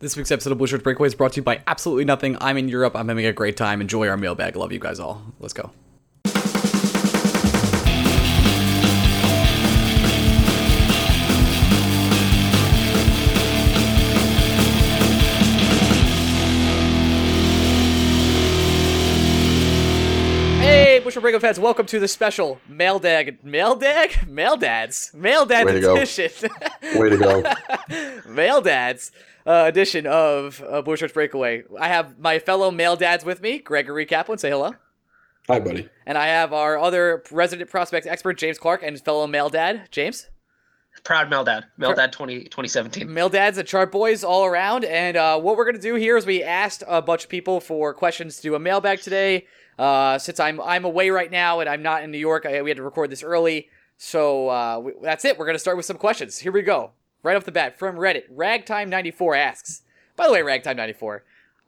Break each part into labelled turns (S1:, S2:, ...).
S1: This week's episode of Blue Shirts Breakaway is brought to you by absolutely nothing. I'm in Europe. I'm having a great time. Enjoy our mailbag. Love you guys all. Let's go. Hey, Bushel Breakup fans, welcome to the special Mail Dag, Mail Dag, Mail Dads, Mail Dads
S2: Way to go.
S1: edition.
S2: Way to go.
S1: Mail Dads uh, edition of uh, Blue Shirts Breakaway. I have my fellow Mail Dads with me, Gregory Kaplan, say hello.
S2: Hi, buddy.
S1: And I have our other resident prospect expert, James Clark, and fellow Mail Dad, James.
S3: proud Meldad. Meldad 20, 2017.
S1: Mail dads and chart boys all around. And uh, what we're gonna do here is we asked a bunch of people for questions to do a mailbag today. Uh, since I'm I'm away right now and I'm not in New York, I, we had to record this early. So uh, we, that's it. We're gonna start with some questions. Here we go. Right off the bat from Reddit, Ragtime94 asks. By the way, Ragtime94,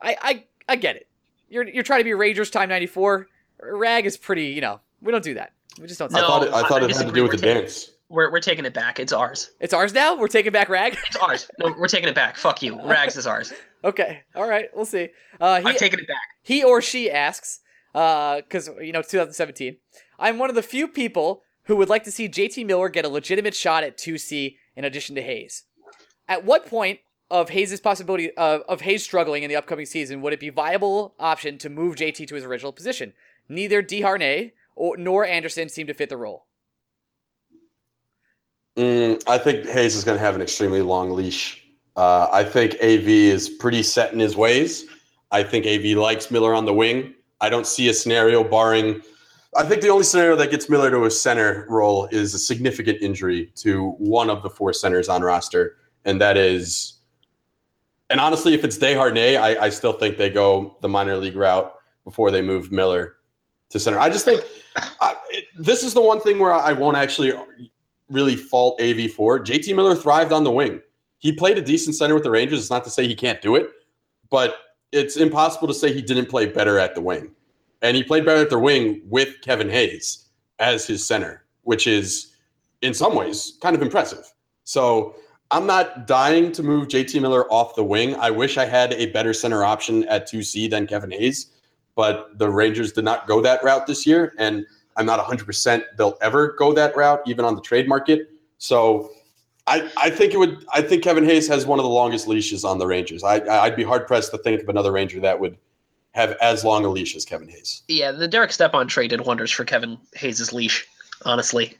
S1: I I, I get it. You're you're trying to be Rangers Time 94. Rag is pretty. You know, we don't do that. We just don't.
S2: I
S3: No,
S2: thought it, I thought
S3: I
S2: it had to
S3: disagree.
S2: do with the
S3: We're taking-
S2: dance.
S3: We're, we're taking it back. It's ours.
S1: It's ours now. We're taking back Rag.
S3: It's ours. No, we're taking it back. Fuck you. Rags is ours.
S1: okay. All right. We'll see. Uh, he
S3: I'm taking it back.
S1: he or she asks, because you know, 2017. I'm one of the few people who would like to see JT Miller get a legitimate shot at 2C in addition to Hayes. At what point of Hayes' possibility of, of Hayes struggling in the upcoming season would it be viable option to move JT to his original position? Neither DeHarnay or nor Anderson seem to fit the role.
S2: Mm, I think Hayes is going to have an extremely long leash. Uh, I think AV is pretty set in his ways. I think AV likes Miller on the wing. I don't see a scenario barring. I think the only scenario that gets Miller to a center role is a significant injury to one of the four centers on roster, and that is. And honestly, if it's Deharnay, I, I still think they go the minor league route before they move Miller to center. I just think I, it- this is the one thing where I won't actually really fault AV for. JT Miller thrived on the wing. He played a decent center with the Rangers. It's not to say he can't do it, but it's impossible to say he didn't play better at the wing. And he played better at the wing with Kevin Hayes as his center, which is in some ways kind of impressive. So I'm not dying to move JT Miller off the wing. I wish I had a better center option at 2C than Kevin Hayes, but the Rangers did not go that route this year. And I'm not 100% they'll ever go that route, even on the trade market. So I, I think it would. I think Kevin Hayes has one of the longest leashes on the Rangers. I, I'd be hard pressed to think of another Ranger that would have as long a leash as Kevin Hayes.
S3: Yeah, the Derek Stepan trade did wonders for Kevin Hayes' leash, honestly.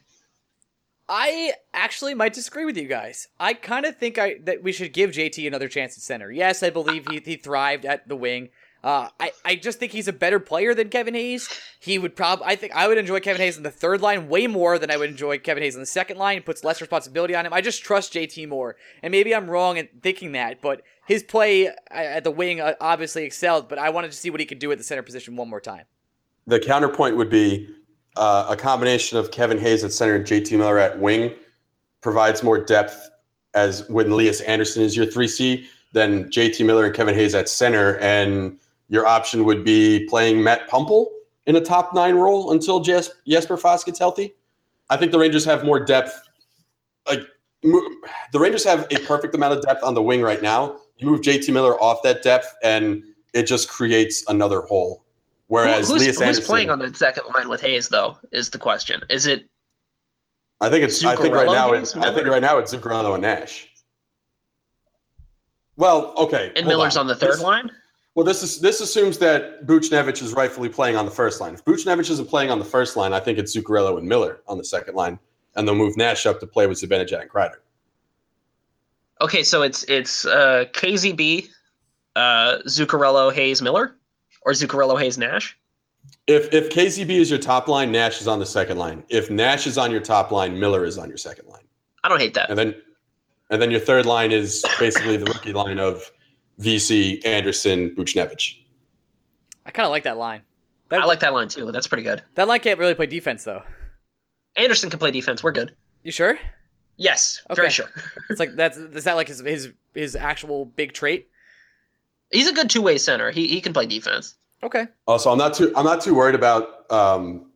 S1: I actually might disagree with you guys. I kind of think I that we should give JT another chance at center. Yes, I believe he, he thrived at the wing. Uh, I, I just think he's a better player than Kevin Hayes. He would prob I think I would enjoy Kevin Hayes in the third line way more than I would enjoy Kevin Hayes in the second line. It puts less responsibility on him. I just trust JT more. And maybe I'm wrong in thinking that, but his play uh, at the wing uh, obviously excelled, but I wanted to see what he could do at the center position one more time.
S2: The counterpoint would be uh, a combination of Kevin Hayes at center and JT Miller at wing provides more depth as when Elias Anderson is your 3C than JT Miller and Kevin Hayes at center. And your option would be playing Matt Pumple in a top nine role until Jas- Jesper Fosk gets healthy. I think the Rangers have more depth. Like mo- the Rangers have a perfect amount of depth on the wing right now. You move JT Miller off that depth, and it just creates another hole. Whereas
S3: Who- who's,
S2: Elias
S3: who's
S2: Anderson,
S3: playing on the second line with Hayes, though, is the question. Is it
S2: I think it's. I think
S3: Zuccarello
S2: right now
S3: games,
S2: it's. I think right now it's Zuccarello and Nash. Well, okay.
S3: and
S2: hold
S3: Miller's on. the third
S2: Let's-
S3: line?
S2: Well, this is this assumes that Buchnevich is rightfully playing on the first line. If Buchnevich isn't playing on the first line, I think it's Zuccarello and Miller on the second line, and they'll move Nash up to play with Zibanejad and Kreider.
S3: Okay, so it's it's uh, KZB, uh, Zuccarello, Hayes, Miller, or Zuccarello, Hayes, Nash.
S2: If if KCB is your top line, Nash is on the second line. If Nash is on your top line, Miller is on your second line,
S3: I don't hate that.
S2: and then and then your third line is basically the rookie line of VC Anderson Buchnevich.
S1: I kind of like that line. That,
S3: I like that line too. That's pretty good.
S1: that line can't really play defense though.
S3: Anderson can play defense. We're good.
S1: You sure?
S3: Yes,
S1: Okay.
S3: very sure.
S1: It's like that's is that like his his his actual big trait?
S3: He's a good two way center. He he can play defense.
S2: Oh,
S1: Okay.
S2: Also, I'm not too I'm not too worried about um,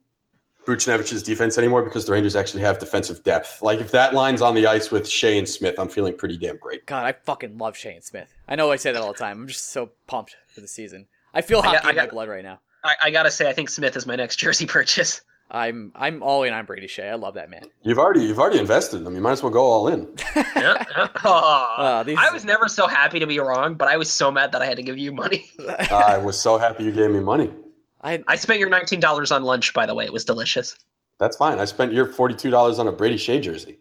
S2: Buchnevich's defense anymore because the Rangers actually have defensive depth. Like if that line's on the ice with Shea and Smith, I'm feeling pretty damn great.
S1: God, I fucking love Shane Smith. I know I say that all the time. I'm just so pumped for the season. I feel
S3: got-
S1: hockey
S3: I
S1: in my
S3: got-
S1: blood right now.
S3: I, I gotta say, I think Smith is my next jersey purchase.
S1: I'm I'm all in on Brady Shea. I love that man.
S2: You've already you've already invested in them. You might as well go all in.
S3: Yeah, yeah. Aw.
S1: Uh, these-
S3: I was never so happy to be wrong, but I was so mad that I had to give you money.
S2: I was so happy you gave me money.
S1: I
S3: I spent your nineteen dollars on lunch, by the way. It was delicious.
S2: That's fine. I spent your forty two dollars on a Brady Shea jersey.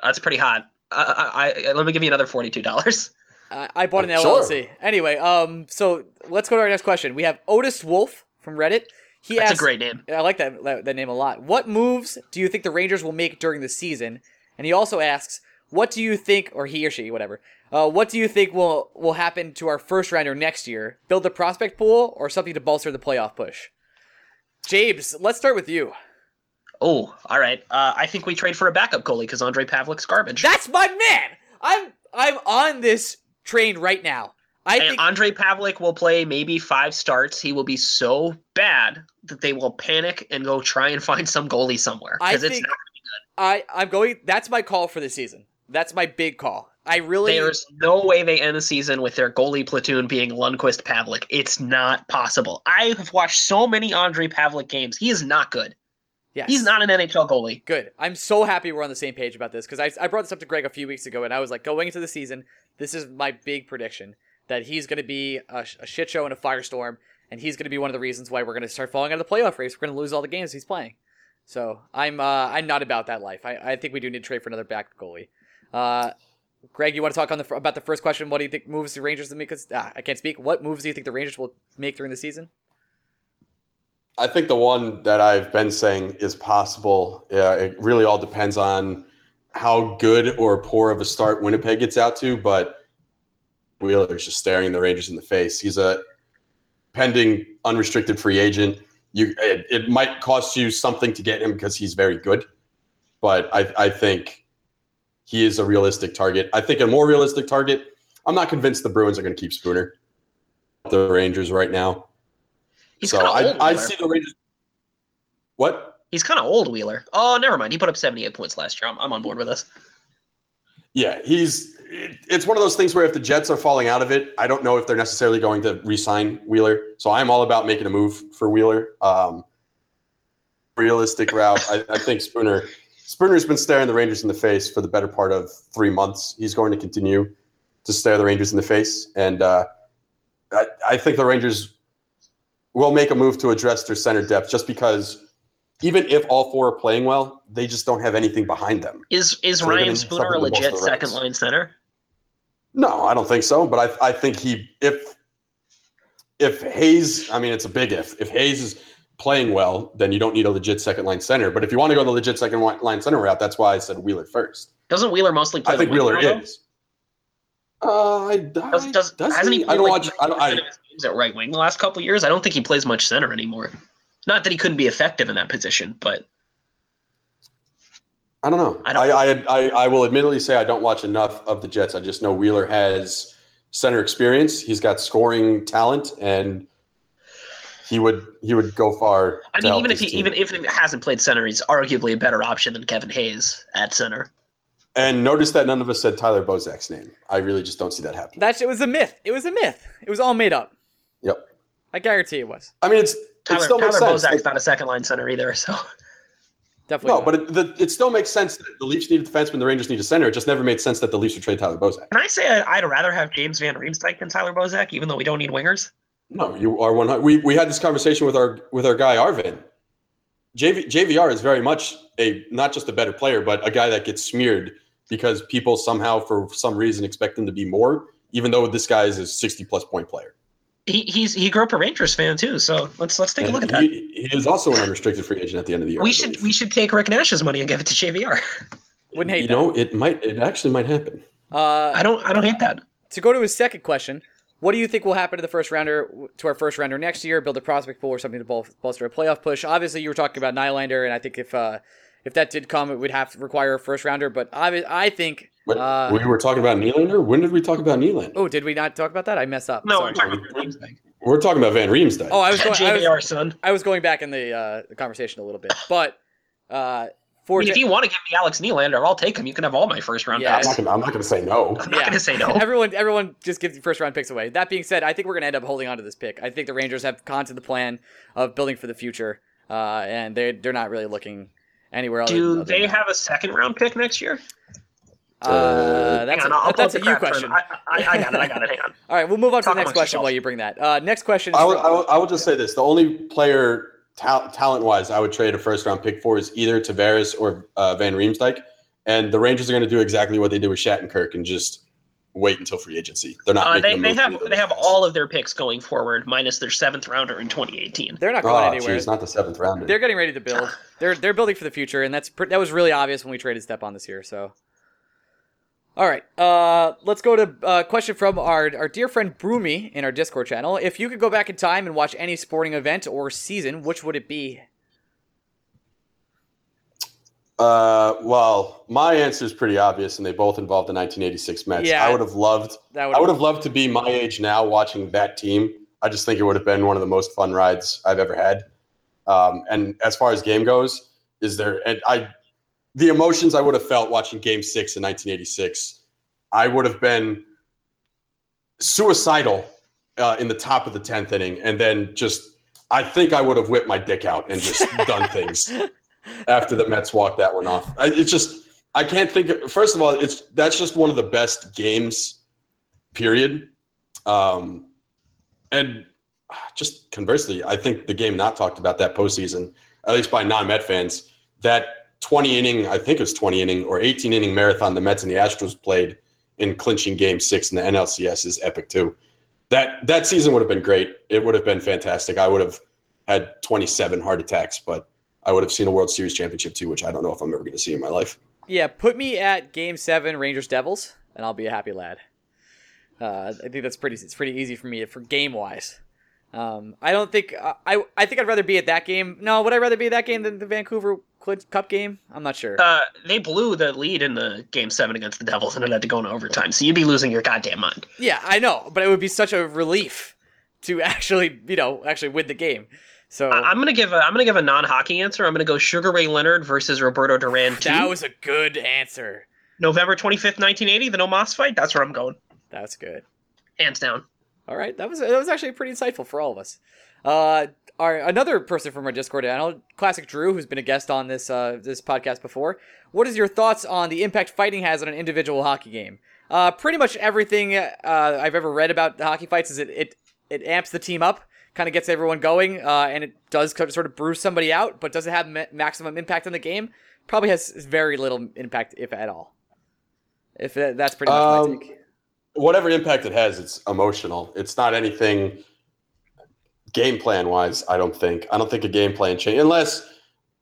S3: That's pretty hot. I, I, I, let me give you another forty-two dollars.
S1: I I bought an
S2: Oh, sure.
S1: LLC. Anyway, um, so let's go to our next question. We have Otis Wolf from Reddit. He
S3: That's
S1: asked,
S3: a great name.
S1: I like that, that that name a lot. What moves do you think the Rangers will make during the season? And he also asks, what do you think, or he or she, whatever, uh, what do you think will will happen to our first rounder next year? Build the prospect pool or something to bolster the playoff push? Jabes, let's start with you.
S3: Oh, all right. Uh, I think we trade for a backup goalie because Andre Pavlik's garbage.
S1: That's my man. I'm I'm on this train right now. I
S3: and
S1: think
S3: Andre Pavlik will play maybe five starts. He will be so bad that they will panic and go try and find some goalie somewhere.
S1: I
S3: Because it's
S1: think
S3: not,
S1: I I'm going. That's my call for the season. That's my big call. I really
S3: there's no way they end the season with their goalie platoon being Lundqvist Pavlik. It's not possible. I have watched so many Andre Pavlik games. He is not good.
S1: yes.
S3: He's not an NHL goalie.
S1: Good. I'm so happy we're on the same page about this because I, I brought this up to Greg a few weeks ago and I was like, going into the season, this is my big prediction that he's going to be a, sh- a shit show and a firestorm, and he's going to be one of the reasons why we're going to start falling out of the playoff race. We're going to lose all the games he's playing. So I'm uh, I'm not about that life. I, I think we do need to trade for another back goalie. Uh, Greg, you want to talk on the fir- about the first question? What do you think moves the Rangers to make? Because ah, I can't speak. What moves do you think the Rangers will make during the season?
S2: I think the one that I've been saying is possible. Yeah, it really all depends on how good or poor of a start Winnipeg gets out to, but Wheeler's just staring the Rangers in the face. He's a pending unrestricted free agent. You, it, it might cost you something to get him because he's very good, but I, I think he is a realistic target. I think a more realistic target. I'm not convinced the Bruins are going to keep Spooner. The Rangers right now.
S3: He's
S2: so
S3: kind of old.
S2: I, I
S3: Wheeler.
S2: see the Rangers. What?
S3: He's kind of old, Wheeler. Oh, never mind. He put up 78 points last year. I'm, I'm on board with this.
S2: Yeah, he's. it- It's one of those things where if the Jets are falling out of it, I don't know if they're necessarily going to re-sign Wheeler. So I'm all about making a move for Wheeler. Um, realistic route, I, I think Spooner. Spooner's been staring the Rangers in the face for the better part of three months. He's going to continue to stare the Rangers in the face, and uh, I, I think the Rangers will make a move to address their center depth, just because even if all four are playing well, they just don't have anything behind them.
S3: Is is
S2: So they're gonna
S3: Ryan
S2: need
S3: Spooner a
S2: something to bolster
S3: legit
S2: the
S3: second
S2: ranks.
S3: line center?
S2: No, I don't think so. But I, I think he if if Hayes, I mean, it's a big if. If Hayes is playing well, then you don't need a legit second line center. But if you want to go the legit second wi- line center route, that's why I said Wheeler first.
S3: Doesn't Wheeler mostly play?
S2: I think
S3: the wing
S2: Wheeler
S3: now, though?
S2: is. Uh, I, does,
S3: Does, does, hasn't he?
S2: I
S3: played,
S2: don't
S3: like,
S2: watch. I don't.
S3: 90%
S2: I,
S3: of his games at right wing the last couple of years. I don't think he plays much center anymore. Not that he couldn't be effective in that position, but
S2: I don't know.
S3: I
S2: I,
S3: don't-
S2: I, I, I will admittedly say I don't watch enough of the Jets. I just know Wheeler has center experience. He's got scoring talent, and he would he would go far.
S3: I
S2: to
S3: mean,
S2: help
S3: even if
S2: this
S3: he
S2: team.
S3: even if he hasn't played center, he's arguably a better option than Kevin Hayes at center.
S2: And notice that none of us said Tyler Bozak's name. I really just don't see that happening.
S1: That shit was a myth. It was a myth. It was all made up.
S2: Yep.
S1: I guarantee it was.
S2: I mean, it's it
S3: Tyler,
S2: still
S3: Tyler
S2: makes sense.
S3: Bozak's
S2: Like,
S3: not a second line center either, so
S1: Definitely.
S2: no,
S1: not.
S2: but it, the, it still makes sense that the Leafs need a defenseman, the Rangers need a center. It just never made sense that the Leafs would trade Tyler Bozak.
S3: can I say I- I'd rather have James Van Riemsdyk than Tyler Bozak, even though we don't need wingers?
S2: No, you are one. We we had this conversation with our with our guy Arvin. JV, JVR is very much a not just a better player, but a guy that gets smeared because people somehow, for some reason, expect him to be more, even though this guy is a sixty plus point player.
S3: He he's he grew up a Rangers fan too, so let's let's take a
S2: And
S3: look at that.
S2: He, he is also an unrestricted free agent at the end of the year. I
S3: We should
S2: believe.
S3: we should take Rick Nash's money and give it to JVR.
S1: Wouldn't hate
S2: you
S1: that.
S2: know it might it actually might happen
S1: Uh,
S3: I don't I don't hate that.
S1: to go to his second question, what do you think will happen to the first rounder to our first rounder next year? Build a prospect pool or something to bol- bolster a playoff push. Obviously, you were talking about Nylander, and I think if uh, if that did come, it would have to require a first rounder. But I, I think.
S2: But
S1: Uh,
S2: we were talking about Nylander. When did we talk about Nylander?
S1: Oh, did we not talk about that? I messed up.
S3: No,
S1: Sorry.
S3: I'm talking about Rick Nash's thing.
S2: We're talking about Van Riemsdyk.
S1: Oh, I was going. I was,
S3: JVR, son.
S1: I was going back in the uh, the conversation a little bit, but uh,
S3: I
S1: for
S3: mean, if
S1: J-
S3: you want to give me Alex Nylander, I'll take him. You can have all my first round
S1: Yeah.
S2: I'm
S3: picks.
S2: not gonna- I'm not going to say no.
S3: I'm
S1: Yeah.
S3: not going to say no.
S1: everyone, everyone, just give the first round picks away. That being said, I think we're gonna end up holding on to this pick. I think the Rangers have gone to the plan of building for the future, uh, and they they're not really looking anywhere else.
S3: Do they have a second round pick next year?
S1: Uh, that's
S3: hang on,
S1: a,
S3: I'll pull
S1: that's
S3: up
S1: a
S3: the
S1: you
S3: crap
S1: question.
S3: term. I, I, I got it. I got it. Hang on.
S1: All right, we'll move on to
S3: Talk
S1: the next
S3: amongst
S1: question
S3: yourselves.
S1: while you bring that. Uh, next question. Is
S2: I will,
S1: from-
S2: I, will, I will just say this: the only player ta- talent wise I would trade a first round pick for is either Tavares or uh, Van Riemsdyk, and the Rangers are going to do exactly what they did with Shattenkirk and just wait until free agency. They're not.
S3: Uh,
S2: making
S3: they,
S2: a
S3: they
S2: move
S3: have
S2: for either of
S3: they have
S2: those guys.
S3: all of their picks going forward, minus their seventh rounder in 2018.
S1: they're not going
S2: Oh,
S1: anywhere.
S2: jeez, not the seventh round.
S1: they're getting ready to build. They're they're building for the future, and that's pr- that was really obvious when we traded Stepan this year. So, all right, uh, let's go to uh, question from our our dear friend Broomy in our Discord channel. If you could go back in time and watch any sporting event or season, which would it be?
S2: Uh, well, my answer is pretty obvious, and they both involve the 1986 Mets.
S1: Yeah.
S2: I would have loved.
S1: That
S2: I would
S1: would
S2: have loved to be my age now watching that team. I just think it would have been one of the most fun rides I've ever had. Um, and as far as game goes, is there and I the emotions I would have felt watching game six in 1986, I would have been suicidal uh, in the top of the 10th inning. And then just, I think I would have whipped my dick out and just done things after the Mets walked that one off. I, it's just, I can't think. Of, first of all, it's that's just one of the best games, period. Um, and just conversely, I think the game not talked about that postseason, at least by non-Met fans, that 20 inning, I think it was 20 inning or 18 inning marathon the Mets and the Astros played in clinching Game Six in the NLCS is epic too. That that season would have been great. It would have been fantastic. I would have had 27 heart attacks, but I would have seen a World Series championship too, which I don't know if I'm ever going to see in my life.
S1: yeah. Put me at Game Seven, Rangers Devils, and I'll be a happy lad. Uh, I think that's pretty. It's pretty easy for me for game wise. Um, I don't think I, I. I think I'd rather be at that game. No, would I rather be at that game than the Vancouver Cl- Cup game? I'm not sure.
S3: Uh, they blew the lead in the game seven against the Devils, and it had to go into overtime. So you'd be losing your goddamn mind.
S1: Yeah, I know, but it would be such a relief to actually, you know, actually win the game. So
S3: I- I'm gonna give a I'm gonna give a non hockey answer. I'm gonna go Sugar Ray Leonard versus Roberto Duran.
S1: that
S3: Two,
S1: was a good answer.
S3: November 25th, 1980, the No Mas fight. That's where I'm going,
S1: That's good.
S3: hands down.
S1: All right, that was that was actually pretty insightful for all of us. Uh, our another person from our Discord channel, Classic Drew, who's been a guest on this uh, this podcast before. What is your thoughts on the impact fighting has on an individual hockey game? Uh, pretty much everything uh, I've ever read about the hockey fights is it it, it amps the team up, kind of gets everyone going, uh, and it does co- sort of bruise somebody out, but does it have ma- maximum impact on the game? Probably has very little impact, if at all. If that- that's pretty much my
S2: Um,
S1: take.
S2: Whatever impact it has, it's emotional. It's not anything game plan wise. I don't think. I don't think a game plan change unless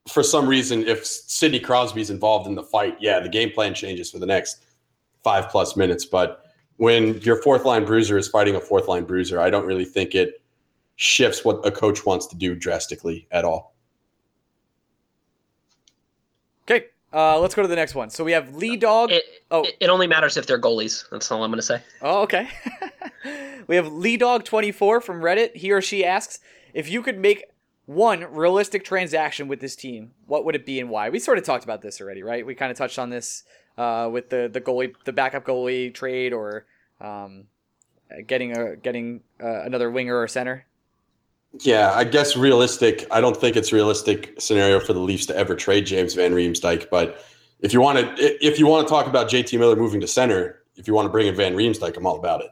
S2: for some reason if Sidney Crosby's involved in the fight, yeah, the game plan changes for the next five plus minutes. But when your fourth line bruiser is fighting a fourth line bruiser, I don't really think it shifts what a coach wants to do drastically at all.
S1: Okay, uh, let's go to the next one. So we have Lee Dog.
S3: It,
S1: Oh.
S3: it it only matters if they're goalies. That's all I'm gonna say.
S1: Oh, okay. we have Lee Dog 24 from Reddit. He or she asks if you could make one realistic transaction with this team, what would it be and why? We sort of talked about this already, right? We kind of touched on this uh, with the the goalie, the backup goalie trade, or um, uh, getting a getting uh, another winger or center.
S2: Yeah, I guess realistic. I don't think it's realistic scenario for the Leafs to ever trade James Van Riemsdyk. But if you want to, if you want to talk about JT Miller moving to center, if you want to bring in Van Riemsdyk, I'm all about it.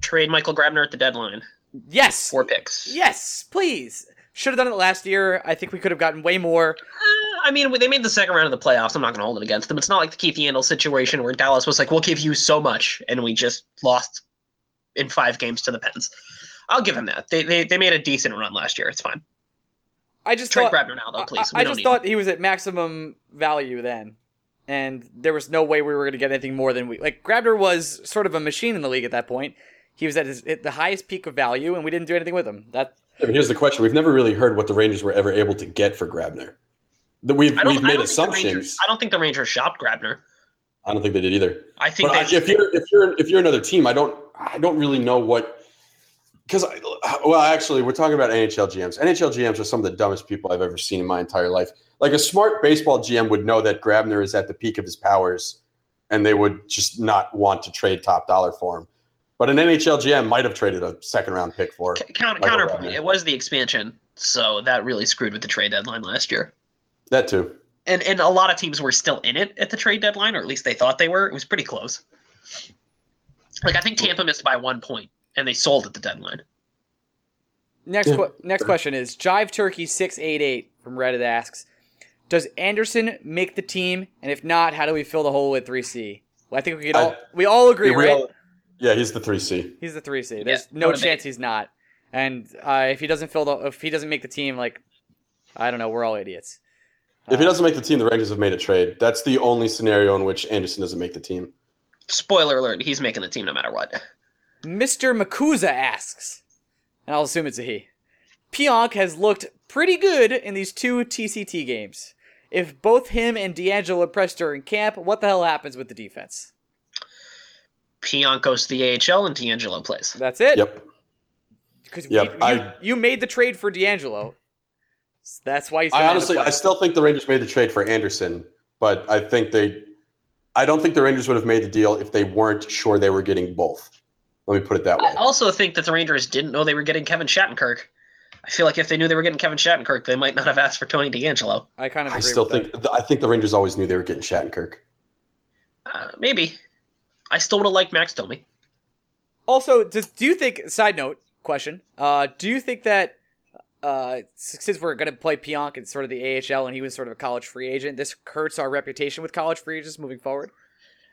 S3: Trade Michael Grabner at the deadline.
S1: Yes,
S3: Four picks.
S1: yes, please. Should have done it last year. I think we could have gotten way more.
S3: Uh, I mean, they made the second round of the playoffs. I'm not going to hold it against them. It's not like the Keith Yandel situation where Dallas was like, "We'll give you so much," and we just lost in five games to the Pens. I'll give him that. They they, they made a decent run last year. It's fine.
S1: I just
S3: Trade
S1: thought,
S3: Grabner now, though,
S1: I-
S3: please.
S1: I,
S3: We
S1: I
S3: don't
S1: just
S3: need
S1: thought he was at maximum value then, and there was no way we were going to get anything more than we like. Grabner was sort of a machine in the league at that point. He was at, his, at the highest peak of value, and we didn't do anything with him. That
S2: Yeah, but here's the question: We've never really heard what the Rangers were ever able to get for Grabner. That we've
S3: I don't,
S2: we've
S3: I
S2: made
S3: don't think the Rangers-
S2: assumptions.
S3: I don't think the Rangers shopped Grabner.
S2: I don't think they did either.
S3: I think
S2: But I,
S3: they.
S2: if you're if you're if you're another team, I don't I don't really know what because well, actually, we're talking about NHL GMs. NHL GMs are some of the dumbest people I've ever seen in my entire life. Like a smart baseball GM would know that Grabner is at the peak of his powers, and they would just not want to trade top dollar for him. But an NHL GM might have traded a second round pick for.
S3: C- counter,
S2: Michael
S3: counterpoint.
S2: Grabner.
S3: It was the expansion, so that really screwed with the trade deadline last year.
S2: That too.
S3: And and a lot of teams were still in it at the trade deadline, or at least they thought they were. It was pretty close. Like I think Tampa missed by one point, and they sold at the deadline.
S1: Next,
S2: Yeah.
S1: que- next question is Jive Turkey six eight eight from Reddit asks, "Does Anderson make the team? And if not, how do we fill the hole with three C?" Well, I think we could all
S2: I-
S1: we all agree,
S2: Yeah, we
S1: right?
S2: all- yeah, he's the three C.
S1: He's the three C. There's
S3: Yeah,
S1: no
S3: not a big-
S1: chance he's not. And uh, if he doesn't fill the if he doesn't make the team, like I don't know, we're all idiots.
S3: Uh-huh.
S2: If he
S1: Uh,
S2: doesn't make the team, the Rangers have made a trade. That's the only scenario in which Anderson doesn't make the team.
S3: Spoiler alert: He's making the team no matter what.
S1: Mr. Makuza asks, and I'll assume it's a he. Pionk has looked pretty good in these two TCT games. If both him and D'Angelo are pressed during camp, what the hell happens with the defense?
S3: Pionk goes to the AHL, and D'Angelo plays.
S1: That's it.
S2: Yep.
S1: 'Cause
S2: Yep,
S1: you,
S2: I-
S1: you made the trade for D'Angelo. So that's why he's.
S2: I
S1: gonna end up
S2: honestly, I
S1: playing.
S2: still think the Rangers made the trade for Anderson, but I think they, I don't think the Rangers would have made the deal if they weren't sure they were getting both. Let me put it that way.
S3: I also think that the Rangers didn't know they were getting Kevin Shattenkirk. I feel like if they knew they were getting Kevin Shattenkirk, they might not have asked for Tony D'Angelo.
S1: I kind of.
S2: I
S1: Agree
S2: still
S1: with that.
S2: think I think the Rangers always knew they were getting Shattenkirk.
S3: Uh, maybe. I still would have liked Max Domi.
S1: Also, does, do you think? Side note question: uh, Do you think that uh, since we're going to play Pionk in sort of the AHL and he was sort of a college free agent, this hurts our reputation with college free agents moving forward?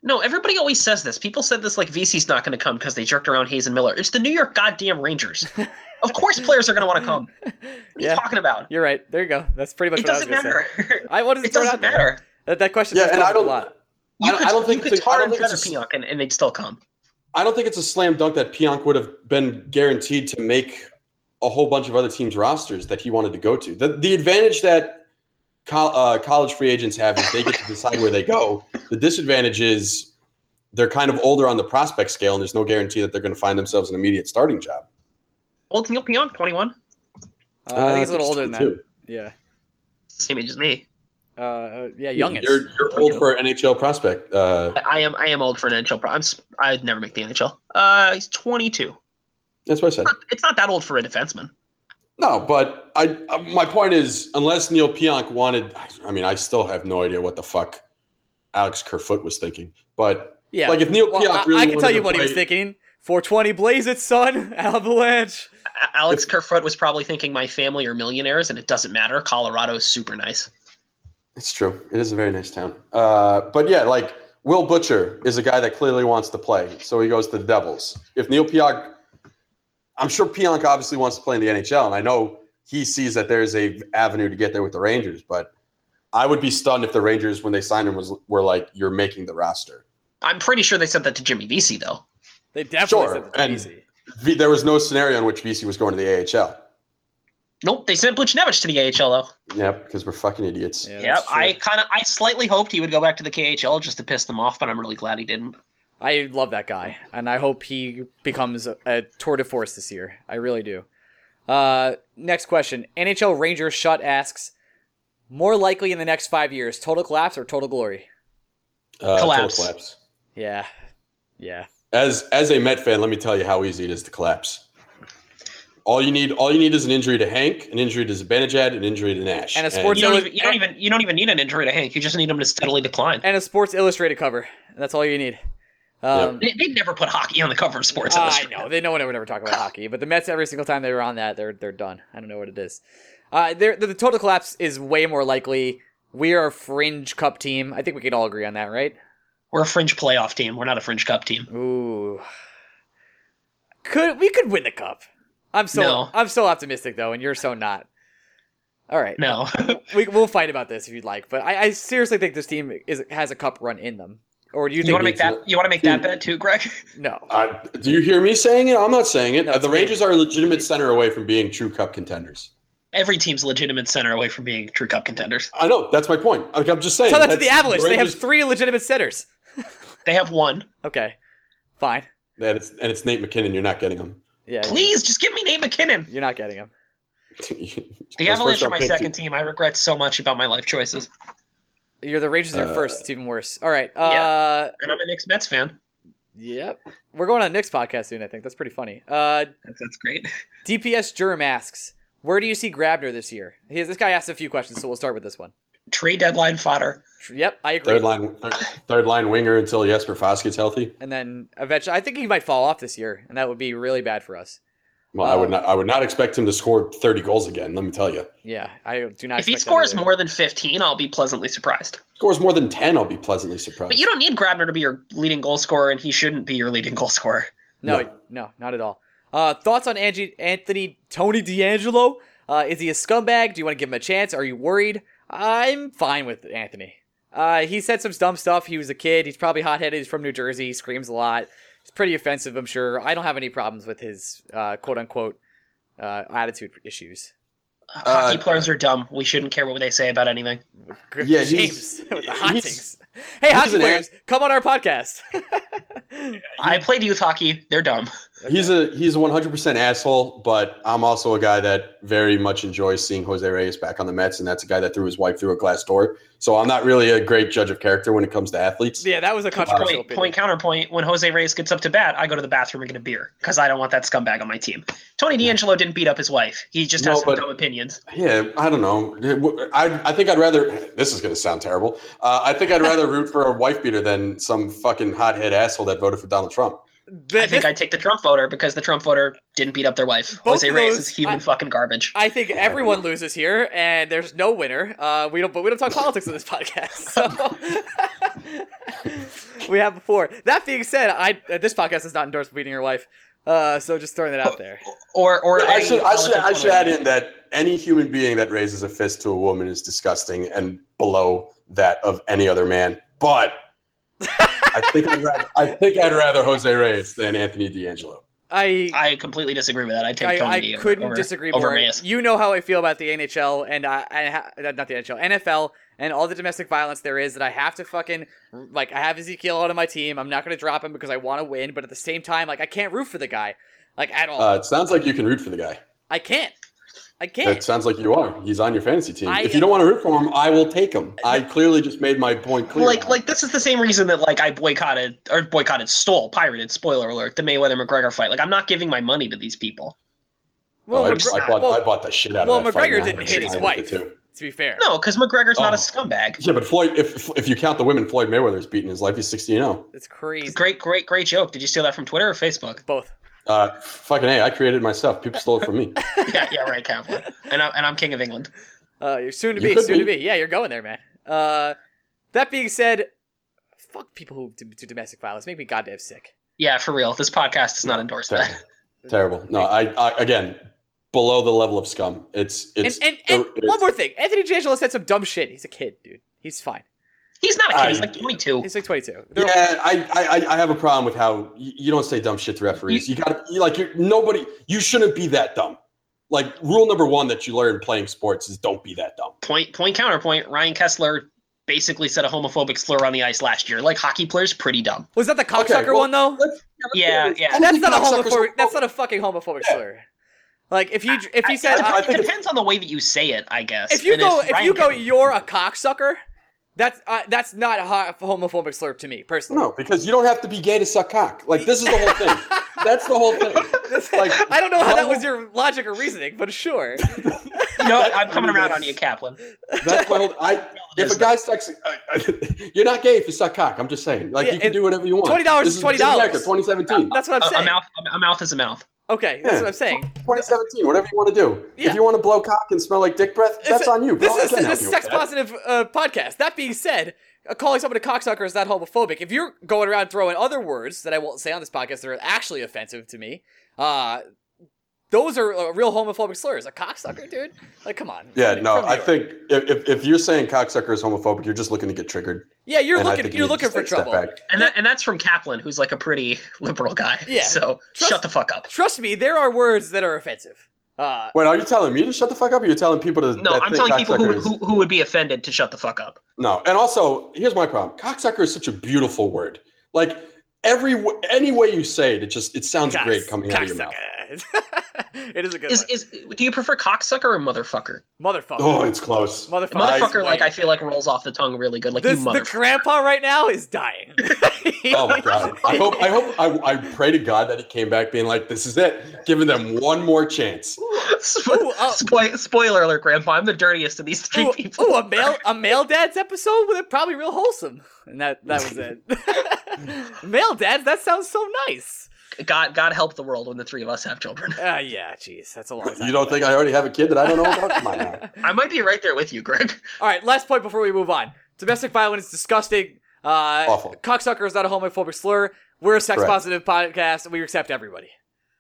S3: No, everybody always says this. People said this like VC's not going to come because they jerked around Hayes and Miller. It's the New York goddamn Rangers. of course, players are going to want to come. What are you
S1: Yeah.
S3: talking about?
S1: You're right. There you go. That's pretty much
S3: It
S1: what
S3: doesn't
S1: I was going
S3: matter.
S1: to say. I wanted to
S3: it
S1: throw it
S3: doesn't
S1: out there.
S3: matter.
S1: That, that question.
S2: Yeah,
S1: does
S2: and
S1: come
S2: I
S1: up a
S2: don't,
S1: lot.
S2: I
S3: You
S2: don't-
S3: could,
S2: I don't think
S3: you could
S2: it's a- I
S3: tar
S2: don't
S3: and
S2: think it's
S3: feather
S2: a s-
S3: Pionk and, and they'd still come.
S2: I don't think it's a slam dunk that Pionk would have been guaranteed to make a whole bunch of other teams' rosters that he wanted to go to. The, the advantage that col- uh, college free agents have is they get to decide where they go. The disadvantage is they're kind of older on the prospect scale, and there's no guarantee that they're going to find themselves an immediate starting job.
S3: Old Neil Pionk, 21.
S1: Uh, I think it's a little older than that. Yeah.
S3: Same age as me.
S1: Uh, Uh, yeah,
S2: Young.
S1: youngins.
S2: You're, you're old for an NHL prospect. Uh,
S3: I, I am I am old for an NHL. Pro. I'm, s- I'd never make the NHL. Uh, he's 22.
S2: that's what I said.
S3: Not- It's not that old for a defenseman.
S2: No, but I uh, my point is, unless Neil Pionk wanted, I mean, I still have no idea what the fuck Alex Kerfoot was thinking. But
S1: yeah.
S2: like, if Neil
S1: Well,
S2: Pionk
S1: I,
S2: really
S1: I can
S2: wanted
S1: tell you
S2: to
S1: what he was
S2: play-
S1: thinking. 420 blaze it, son. Avalanche.
S3: A- Alex Kerfoot was probably thinking my family are millionaires, and it doesn't matter. Colorado's super nice.
S2: it's true. It is a very nice town. Uh, but yeah, like Will Butcher is a guy that clearly wants to play, so he goes to the Devils. If Neil Pionk, I'm sure Pionk obviously wants to play in the NHL, and I know he sees that there is a avenue to get there with the Rangers. But I would be stunned if the Rangers, when they signed him, was were like, "You're making the roster."
S3: I'm pretty sure they said that to Jimmy VC though.
S1: They definitely
S2: Sure,
S1: said
S2: and-
S1: it's easy.
S2: V- there was no scenario in which VC was going to the AHL.
S3: Nope, they sent Buchnevich to the AHL though.
S2: Yep, because we're fucking idiots.
S1: Yeah,
S3: Yeah,
S1: that's true.
S3: I kind of, I slightly hoped he would go back to the KHL just to piss them off, but I'm really glad he didn't.
S1: I love that guy, and I hope he becomes a, a tour de force this year. I really do. Uh, next question: NHL Ranger Shut asks, more likely in the next five years, total collapse or total glory?
S2: Uh, total
S3: Collapse.
S2: collapse.
S1: Yeah, yeah.
S2: As as a Met fan, let me tell you how easy it is to collapse. All you need, all you need is an injury to Hank, an injury to Zibanejad, an injury to Nash,
S1: And a sports-
S3: You
S1: So
S3: don't,
S1: it-
S3: even, you don't even, you don't even need an injury to Hank. You just need him to steadily decline.
S1: And a Sports Illustrated cover. That's all you need. Um,
S3: They, would never put hockey on the cover of Sports
S1: I
S3: Illustrated.
S1: know they no one ever ever talk about hockey, but the Mets every single time they were on that, they're they're done. I don't know what it is. Uh, they're- the, the total collapse is way more likely. We are a fringe cup team. I think we can all agree on that, right?
S3: We're a fringe playoff team. We're not a fringe cup team.
S1: Ooh. Could we could win the cup. I'm so
S3: No.
S1: I'm so optimistic though, and you're so not. All right.
S3: No,
S1: We we'll fight about this if you'd like, but I, I seriously think this team is has a cup run in them. Or do you
S3: you
S1: think
S3: want to make that, you want to make that bet too, Greg?
S1: no.
S2: Uh, do you hear me saying it? I'm not saying it.
S1: No,
S2: Uh,
S1: it's
S2: the
S1: me.
S2: Rangers are a legitimate center away from being true cup contenders.
S3: Every team's a legitimate center away from being true cup contenders.
S2: I know that's my point. Like, I'm just saying.
S1: Tell that to
S2: that's-
S1: the Avalanche. They have
S2: Rangers-
S1: three legitimate centers.
S3: They have one.
S1: Okay. Fine.
S2: that it's- and it's Nate McKinnon. You're not getting him.
S1: Yeah, you-
S3: Please just give me Nate McKinnon.
S1: You're not getting him.
S3: The Avalanche are my second team. I regret so much about my life choices,
S1: You're the Rangers are
S2: Uh,
S1: first. It's even worse. All right.
S3: Yeah.
S1: Uh,
S3: and I'm a Knicks Mets fan.
S1: Yep. We're going on Nick's podcast soon. I think that's pretty funny. Uh,
S3: That's, that's great.
S1: DPS Germ asks, where do you see Grabner this year? He, this guy asked a few questions, so we'll start with this one.
S3: Trade deadline fodder.
S1: Tr- Yep, I agree.
S2: Third line, third, third line winger until Jesper Foske's healthy.
S1: And then eventually, I think he might fall off this year, and that would be really bad for us.
S2: Well, I would
S1: Um,
S2: not. I would not expect him to score thirty goals again. Let me tell you,
S1: Yeah, I do not.
S3: if
S1: expect
S3: he
S1: that
S3: scores
S1: either.
S3: more than 15, I'll be pleasantly surprised.
S2: scores more than ten, I'll be pleasantly surprised.
S3: But you don't need Grabner to be your leading goal scorer, and he shouldn't be your leading goal scorer.
S1: no,
S2: No.
S1: no, not at all. Uh, thoughts on Angie, Anthony Tony D'Angelo? Uh, is he a scumbag? Do you want to give him a chance? Are you worried? I'm fine with Anthony. Uh, he said some dumb stuff. He was a kid. He's probably hot headed. He's from New Jersey. He screams a lot. He's pretty offensive, I'm sure. I don't have any problems with his uh, quote unquote uh, attitude issues.
S2: Uh,
S3: Hockey players are dumb. We shouldn't care what they say about anything.
S2: Yeah, he's-
S1: James with the hot
S2: he's-
S1: takes. Hey, hockey
S2: an
S1: players, come on our podcast.
S3: I played youth hockey. They're dumb.
S2: He's a he's a one hundred percent asshole, but I'm also a guy that very much enjoys seeing Jose Reyes back on the Mets, and that's a guy that threw his wife through a glass door. So I'm not really a great judge of character when it comes to athletes.
S1: yeah, that was a controversial
S3: Point,
S1: opinion.
S3: point counterpoint. When Jose Reyes gets up to bat, I go to the bathroom and get a beer because I don't want that scumbag on my team. Tony D'Angelo didn't beat up his wife. He just has
S2: No,
S3: some
S2: but-
S3: dumb opinions.
S2: Yeah, I don't know. I, I think I'd rather. This is going to sound terrible. Uh, I think I'd rather root for a wife beater than some fucking hothead asshole that voted for Donald Trump.
S1: The-
S3: I think I take the Trump voter because the Trump voter didn't beat up their wife.
S1: Both
S3: Jose
S1: of
S3: Reyes
S1: those-
S3: is human
S1: I-
S3: fucking garbage.
S1: I think everyone loses here, and there's no winner. Uh, we don't, but we don't talk politics on this podcast. So we have before. That being said, I uh, this podcast is not endorsed beating your wife. Uh, so just throwing that out there.
S3: Or or
S2: I
S3: any
S2: should I should I
S3: politics
S2: should add
S3: one way.
S2: in that any human being that raises a fist to a woman is disgusting and below that of any other man. But I think I'd rather, I think I'd rather Jose Reyes than Anthony D'Angelo.
S1: I
S3: I completely disagree with that. I take
S1: I,
S3: Tony
S1: I
S3: D'Angelo
S1: couldn't
S3: over-
S1: disagree
S3: over
S1: more.
S3: Reyes.
S1: You know how I feel about the NHL and I, I ha- uh, not the NHL, NFL and all the domestic violence there is that I have to fucking like I have Ezekiel on my team. I'm not going to drop him because I want to win, but at the same time, like I can't root for the guy, like at all.
S2: Uh, it sounds like you can root for the guy.
S1: I can't. I
S2: It
S1: can't.
S2: sounds like you are. He's on your fantasy team.
S1: I-
S2: if you don't want to root for him, I will take him. I clearly just made my point clear.
S3: Like like this is the same reason that like I boycotted or boycotted, stole, pirated, spoiler alert, the Mayweather McGregor fight. Like I'm not giving my money to these people.
S2: Oh, I,
S1: Well,
S2: just-
S1: McGregor-
S2: I bought,
S1: well,
S2: I bought the shit out
S1: well,
S2: of that fight,
S1: McGregor
S2: and I
S1: didn't
S2: was
S1: hit his
S2: fine with
S1: wife.
S2: it, too.
S1: to be fair,
S3: No, because McGregor's not a
S2: Oh.
S3: scumbag.
S2: Yeah, but Floyd. If if you count the women Floyd Mayweather's beaten in his life, he's sixteen oh. zero.
S1: it's crazy.
S3: Great, great, great joke. Did you steal that from Twitter or Facebook?
S1: Both.
S2: Uh, fucking a! I created it myself. People stole it from me.
S3: yeah, yeah, right, Kaplan. And I'm and I'm king of England.
S1: Uh, you're soon to
S2: You
S1: be,
S2: could
S1: soon to be.
S2: be.
S1: Yeah, you're going there, man. Uh, that being said, fuck people who do, do domestic violence. Make me goddamn sick.
S3: Yeah, for real. This podcast does not endorse that.
S2: Terrible. Terrible. No, I, I again below the level of scum. It's it's
S1: and and, and
S2: it-
S1: one more thing, Anthony D'Angelo said some dumb shit. He's a kid, dude. He's fine.
S3: He's not a kid. He's
S2: I-
S3: like 22.
S1: He's like 22. They're-
S2: yeah. I, I I- I have a problem with how you, you don't say dumb shit to referees. You got to like you're, nobody. You shouldn't be that dumb. Like rule number one that you learn playing sports is don't be that dumb.
S3: Point, point, counterpoint. Ryan Kessler basically said a homophobic slur on the ice last year. Like hockey players, pretty dumb.
S1: Was that the cocksucker
S2: well,
S1: one though?
S2: let's-
S3: Yeah, yeah.
S2: I don't
S1: That's
S2: think
S1: not a
S2: cocksuckers-
S1: homophobic. That's not a fucking homophobic slur. Like if you if you
S3: I-
S1: said
S3: it,
S1: I-
S2: I
S3: depends-
S2: think
S3: it
S2: it's-
S3: depends on the way that you say it, I guess.
S1: if you
S3: And
S1: go if
S3: Ryan
S1: you go
S3: Kessler-
S1: you're a cocksucker, that's uh, that's not a ho- homophobic slur to me personally.
S2: No, because you don't have to be gay to suck cock. Like this is the whole thing. That's the whole thing. Like
S1: I don't know how that
S2: homo-
S1: was your logic or reasoning, but sure.
S3: you know, what? I'm coming around on you, Kaplan.
S2: That's my whole. I if a guy sucks, I, I, you're not gay if you suck cock. I'm just saying. Like
S1: Yeah,
S2: you can
S1: it-
S2: do whatever you want.
S1: $20
S2: This
S1: is
S2: This America,
S1: $20.
S2: 2017,
S1: That's what I'm
S3: A, a
S1: saying.
S3: mouth, a mouth is a mouth.
S1: Okay, that's
S2: Yeah.
S1: what I'm saying.
S2: 2017. Whatever you want to do.
S1: Yeah.
S2: If you want to blow cock and smell like dick breath,
S1: It's
S2: that's
S1: a-
S2: on you.
S1: This
S2: bro. I
S1: is
S2: can't
S1: this
S2: help
S1: is
S2: you
S1: sex
S2: with that.
S1: positive uh, podcast. That being said, uh, calling someone a cocksucker is not homophobic. If you're going around throwing other words that I won't say on this podcast that are actually offensive to me, uh, those are uh, real homophobic slurs. A cocksucker, dude. Like, come on.
S2: Yeah,
S1: From-
S2: no,
S1: from
S2: I
S1: New York.
S2: think if, if, if you're saying cocksucker is homophobic, you're just looking to get triggered.
S1: Yeah, you're
S2: and I
S1: looking.
S2: think you
S1: You're
S2: need to
S1: looking for
S2: take a step
S1: trouble.
S2: back.
S3: And that and that's from Kaplan, who's like a pretty liberal guy.
S1: Yeah.
S3: So
S1: Trust-
S3: shut the fuck up.
S1: Trust me, there are words that are offensive. Uh,
S2: Wait, are you telling me to shut the fuck up? Or you're telling people to?
S3: No,
S2: that
S3: I'm
S2: think
S3: telling people who,
S2: cocksucker
S3: would-
S2: is-
S3: who who would be offended to shut the fuck up.
S2: No, and also here's my problem. Cocksucker is such a beautiful word. Like every w- any way you say it, it just it sounds
S1: cocks-
S2: great coming out of your mouth.
S1: cocksucker. yeah, it is a good
S3: Is
S1: one.
S3: is do you prefer cocksucker or motherfucker?
S1: Motherfucker.
S2: Oh, it's close.
S1: motherfucker.
S3: Motherfucker,
S2: I-
S3: like I feel like rolls off the tongue really good. Like
S1: This,
S3: you
S1: the
S3: motherfucker.
S1: grandpa right now is dying.
S2: Oh my god! I hope I hope I, I pray to God that he came back being like, "This is it, giving them one more chance."
S3: Spo-
S1: Ooh, uh,
S3: spoil- spoiler alert, Grandpa! I'm the dirtiest of these three
S1: Ooh,
S3: people.
S1: ooh, a male a male dad's episode with it probably real wholesome, and that that was it. male dads, that sounds so nice.
S3: God, God help the world when the three of us have children.
S1: Ah, yeah, jeez, that's a long time.
S2: You don't think I already have a kid that I don't know about? Come on now.
S3: I might be right there with you, Greg.
S1: All right, last point before we move on. Domestic violence is disgusting. Uh,
S2: Awful.
S1: Cocksucker is not a homophobic slur. We're a sex
S2: Oh. Correct.
S1: positive podcast, and we accept everybody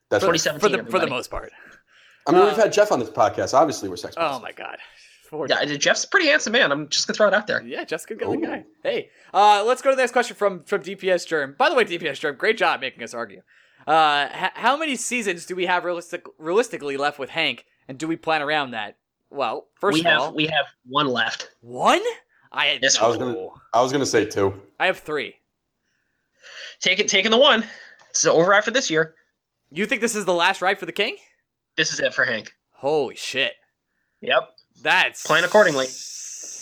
S2: That's
S1: for,
S2: right.
S3: 2017,
S1: for the for the
S3: everybody.
S1: most part.
S2: I mean,
S1: Uh,
S2: we've had Jeff on this podcast. Obviously, we're sex.
S1: Oh my god. Four-
S3: Yeah, Jeff's a pretty handsome man. I'm just gonna throw it out there.
S1: Yeah, Jessica, good
S2: Ooh.
S1: guy. Hey, uh, let's go to the next question from from DPS Germ. By the way, DPS Germ, great job making us argue. Uh, h- how many seasons do we have realistic- realistically left with Hank, and do we plan around that? Well, first
S3: we
S1: of
S3: have
S1: all,
S3: we have one left.
S1: one. I,
S3: Yes,
S2: I was gonna-
S1: no.
S2: I was gonna say two.
S1: I have three.
S3: Take it, taking the one. This is over after this year.
S1: You think this is the last ride for the king?
S3: This is it for Hank.
S1: Holy shit!
S3: Yep.
S1: That's
S3: Plan accordingly.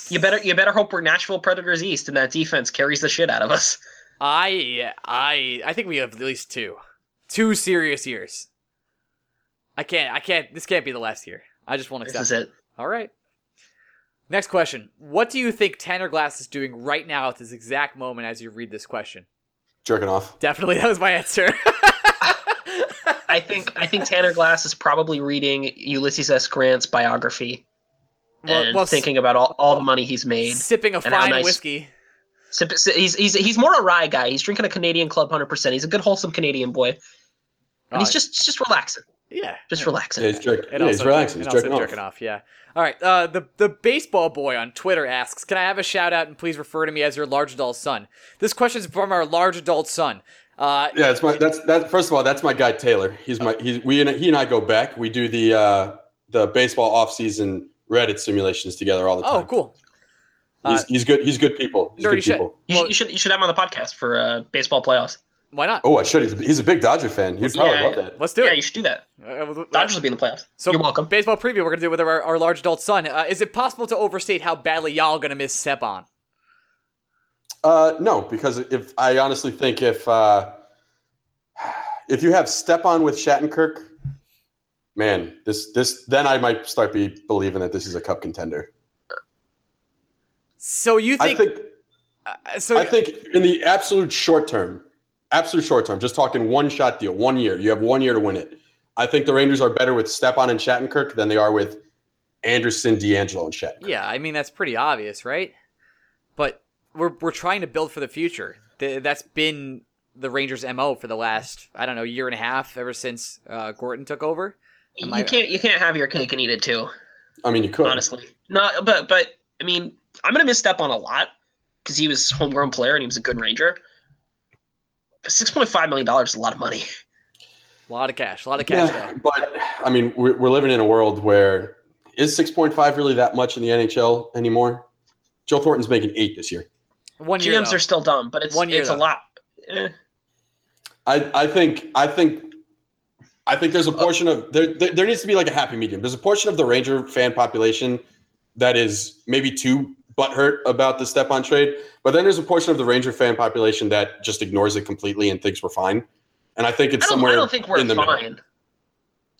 S3: You better you better hope we're Nashville Predators East and that defense carries the shit out of us.
S1: I I I think we have at least two, two serious years. I can't. I can't. This can't be the last year. I just won't
S3: This
S1: accept.
S3: is it.
S1: All right. Next question. What do you think Tanner Glass is doing right now at this exact moment as you read this question?
S2: Jerking off.
S1: Definitely that was my answer.
S3: I think I think Tanner Glass is probably reading Ulysses S. Grant's biography and
S1: well, s-
S3: thinking about all, all the money he's made.
S1: sipping a
S3: And how
S1: fine
S3: nice-
S1: whiskey.
S3: Sip- si- He's, he's he's more a rye guy. He's drinking a Canadian Club 100%. He's a good wholesome Canadian boy. And he's
S1: Uh,
S3: just he's just relaxing.
S1: yeah.
S3: Just
S2: Yeah,
S3: relaxing.
S2: he's jerking.
S1: And
S2: yeah,
S1: also,
S2: he's relaxing.
S1: and
S2: He's
S1: also
S2: jerking off.
S1: Yeah. All right. Uh, the the baseball boy on Twitter asks, "Can I have a shout out and please refer to me as your large adult son?" This question is from our large adult son. Uh,
S2: Yeah, it's my that's that. First of all, that's my guy Taylor. He's my he's we and he and I go back. We do the uh the baseball offseason Reddit simulations together all the
S1: oh,
S2: time.
S1: cool.
S2: He's, he's good. He's good people. He's
S1: Dirty
S2: good
S1: shit.
S2: people.
S3: You,
S1: Well-
S3: should, you should you should have him on the podcast for uh, baseball playoffs.
S1: Why not?
S2: Oh, I should. He's, he's a big Dodger fan. He'd probably
S3: Yeah,
S2: love
S3: yeah.
S2: that.
S1: Let's do
S3: yeah,
S1: it.
S3: you should do that.
S1: Uh,
S3: Dodgers will be in the playoffs.
S1: So
S3: You're welcome.
S1: Baseball preview we're gonna do with our, our large adult son. Uh, is it possible to overstate how badly y'all gonna miss Sebon?
S2: Uh, no, because if I honestly think if uh, if you have step on with Shattenkirk, man, this this then I might start be believing that this is a cup contender.
S1: So you
S2: I
S1: think?
S2: think
S1: uh, so
S2: I think in the absolute short term, absolute short term, just talking one shot deal, one year. You have one year to win it. I think the Rangers are better with Stepan and Shattenkirk than they are with Anderson, D'Angelo, and Shattenkirk.
S1: yeah, I mean that's pretty obvious, right? But we're we're trying to build for the future. Th- that's been the Rangers' mo for the last I don't know year and a half, ever since uh, Gorton took over.
S3: You
S1: I-
S3: can't you can't have your cake and eat it too.
S2: I mean, you could.
S3: Honestly, no, but but I mean, I'm gonna misstep on a lot because he was a homegrown player and he was a good Ranger. But six point five million dollars is a lot of money.
S1: A lot of cash, a lot of cash.
S2: Yeah,
S1: though.
S2: but I mean, we're, we're living in a world where is 6.5 really that much in the NHL anymore? Joe Thornton's making eight this year.
S1: One year.
S3: GMs
S1: though.
S3: are still dumb, but it's
S1: One year,
S3: it's a
S1: though.
S3: lot. Eh,
S2: I, I think I think I think there's a portion of there, there there needs to be like a happy medium. There's a portion of the Ranger fan population that is maybe too butthurt about the step on trade, but then there's a portion of the Ranger fan population that just ignores it completely and thinks we're fine. And I think
S3: I
S2: it's
S3: don't, I
S2: somewhere
S3: don't think we're
S2: in the middle.
S3: fine.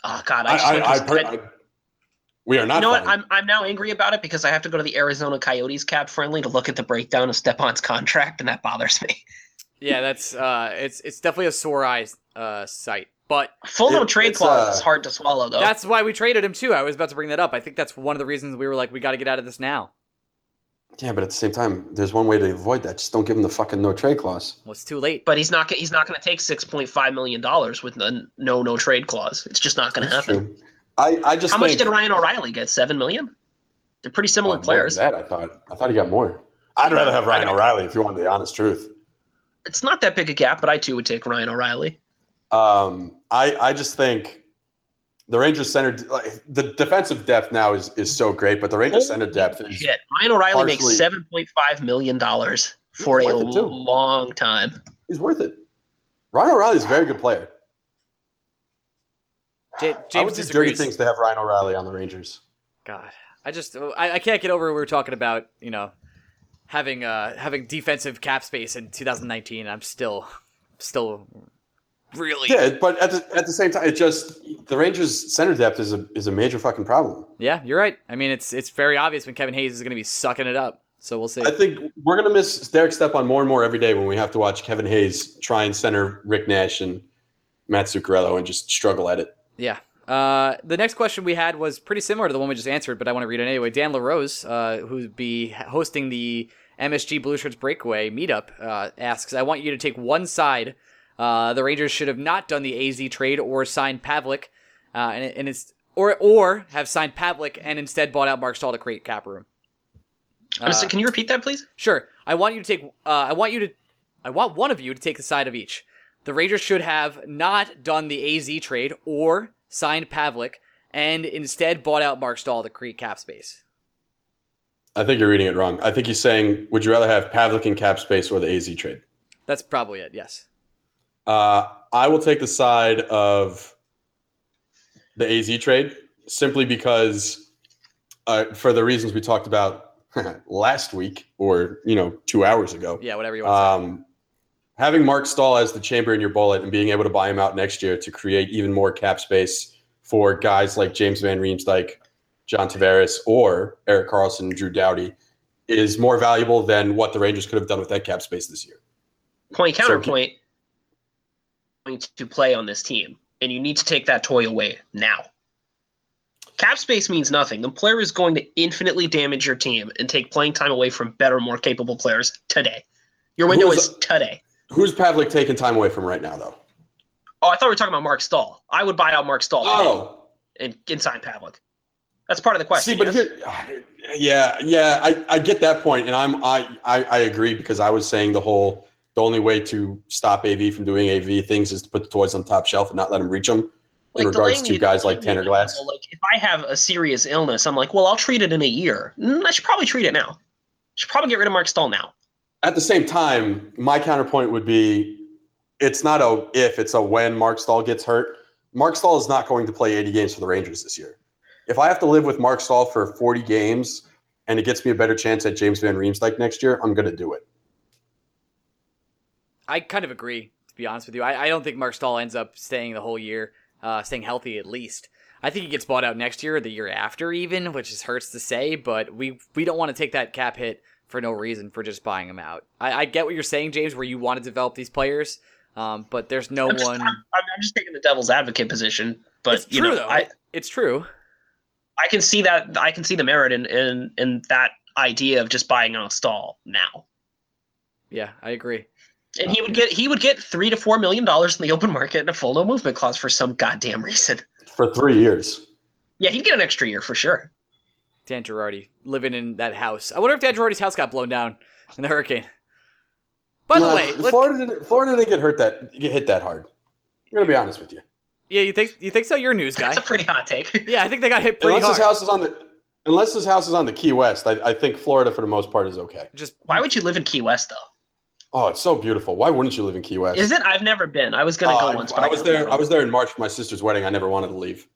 S3: Oh God, I
S2: I,
S3: just
S2: I, I, per-
S3: I-
S2: I- we are not.
S3: you know what?
S2: fine.
S3: I'm I'm now angry about it because I have to go to the Arizona Coyotes cap friendly to look at the breakdown of Stepan's contract, and that bothers me.
S1: yeah, that's uh, it's it's definitely a sore eyes uh sight, but
S3: Full no
S2: It-
S3: trade
S2: it's,
S3: clause
S2: uh,
S3: is hard to swallow though.
S1: that's why we traded him too. I was about to bring that up. I think that's one of the reasons we were like, we got to get out of this now.
S2: Yeah, but at the same time, there's one way to avoid that. Just don't give them the fucking no trade clause.
S1: Well, it's too late.
S3: but he's not g- he's not going to take six point five million dollars with the no no trade clause. It's just not going to happen.
S2: I, I just
S3: How
S2: think,
S3: much did Ryan O'Reilly get? Seven million. They're pretty
S2: Oh, more
S3: similar
S2: than
S3: players.
S2: That I thought I thought he got more. I'd rather have Ryan
S3: I don't-
S2: O'Reilly if you want the honest truth.
S3: It's not that big a gap, but I too would take Ryan O'Reilly.
S2: Um, I I just think the Rangers center like, the defensive depth now is is so great, but the Rangers center depth is
S3: Shit, Ryan O'Reilly makes
S2: Partially-
S3: seven point five million dollars for
S2: He's
S3: a
S2: worth it, too.
S3: long time.
S2: is worth it. Ryan O'Reilly's a very good player.
S1: J-
S2: I
S1: James
S2: would do dirty
S1: disagrees.
S2: things to have Ryan O'Reilly on the Rangers.
S1: God, I just oh, I, I can't get over we were talking about you know having uh having defensive cap space in 2019. I'm still still really yeah.
S2: Yeah, but at the, at the same time, it just the Rangers' center depth is a is a major fucking problem.
S1: You're right. I mean, it's it's very obvious when Kevin Hayes is going to be sucking it up. So we'll see.
S2: I think we're gonna miss Derek Stepan more and more every day when we have to watch Kevin Hayes try and center Rick Nash and Matt Zuccarello and just struggle at it.
S1: Yeah. Uh, the next question we had was pretty similar to the one we just answered, but I want to read it anyway. Dan LaRose, uh, who'd be hosting the MSG Blue Shirts Breakaway meetup, uh, asks, I want you to take one side. Uh, the Rangers should have not done the AZ trade or signed Pavlik, uh, and, and it's, or, or have signed Pavlik and instead bought out Mark Stahl to create cap room.
S2: Uh,
S1: Uh,
S3: I'm just- can you repeat that, please?
S1: Sure. I want you to take. Uh, I want you to. I want one of you to take the side of each. The Rangers should have not done the AZ trade or signed Pavlik, and instead bought out Mark Stahl to create cap space.
S2: I think you're reading it wrong. I think he's saying, would you rather have Pavlik in cap space or the AZ trade?
S1: That's probably it. Yes.
S2: Uh, I will take the side of the AZ trade simply because, uh, for the reasons we talked about last week or you know two hours ago,
S1: Yeah. Whatever you want.
S2: um, having Mark Stahl as the chamber in your bullet and being able to buy him out next year to create even more cap space for guys like James Van Riemsdyk, John Tavares, or Eric Carlson, Drew Doughty is more valuable than what the Rangers could have done with that cap space this year.
S3: Point
S2: So-
S3: counterpoint. Going to play on this team, and you need to take that toy away now. Cap space means nothing. The player is going to infinitely damage your team and take playing time away from better, more capable players today. Your window
S2: Who's-
S3: is today.
S2: Who's Pavlik taking time away from right now, though?
S3: Oh, I thought we were talking about Mark Stahl. I would buy out Mark Stahl today
S2: Oh,
S3: and, and sign Pavlik. That's part of the question.
S2: see, but
S3: yes?
S2: here, yeah, yeah, I, I get that point, and I'm I, I I agree because I was saying the whole the only way to stop AV from doing AV things is to put the toys on top shelf and not let them reach them. in regards
S3: delaying
S2: to
S3: the-
S2: guys like Tanner Glass.
S3: Like if I have a serious illness, I'm like, well, I'll treat it in a year. Mm, I should probably treat it now. Should probably get rid of Mark Stahl now.
S2: At the same time, my counterpoint would be it's not a if, it's a when Mark Stahl gets hurt. Mark Stahl is not going to play 80 games for the Rangers this year. If I have to live with Mark Stahl for 40 games and it gets me a better chance at James Van Riemsdyk next year, I'm going to do it.
S1: I kind of agree, to be honest with you. I, I don't think Mark Stahl ends up staying the whole year, uh, staying healthy at least. I think he gets bought out next year or the year after, even, which is hurts to say, but we, we don't want to take that cap hit for no reason for just buying him out. I, I get what you're saying, James, where you want to develop these players, um, but there's no
S3: I'm just,
S1: one.
S3: I'm, I'm- I'm just taking the devil's advocate position, but
S1: it's
S3: you
S1: true,
S3: know,
S1: though.
S3: I,
S1: it's true.
S3: I can see that I can see the merit in in, in that idea of just buying out Stahl now.
S1: Yeah, I agree.
S3: And he would get he would get three to four million dollars in the open market and a full no movement clause for some goddamn reason.
S2: For three years.
S3: Yeah, he'd get an extra year for sure.
S1: Dan Girardi living in that house. I wonder if Dan Girardi's house got blown down in the hurricane. By the
S2: No,
S1: way, let,
S2: Florida didn't, Florida didn't get hurt that get hit that hard. I'm going to be honest with you.
S1: yeah, you think you think so? You're a news guy.
S3: That's a pretty hot take.
S1: Yeah, I think they got hit pretty hard.
S2: Unless his house is on the unless his house is on the Key West, I, I think Florida for the most part is okay.
S1: Just
S3: Why would you live in Key West though?
S2: Oh, it's so beautiful. Why wouldn't you live in Key West?
S3: Is it? I've never been. I was gonna
S2: Oh,
S3: go
S2: I-
S3: once,
S2: I,
S3: but
S2: was
S3: got
S2: there.
S3: overruled.
S2: I was there in March for my sister's wedding. I never wanted to leave.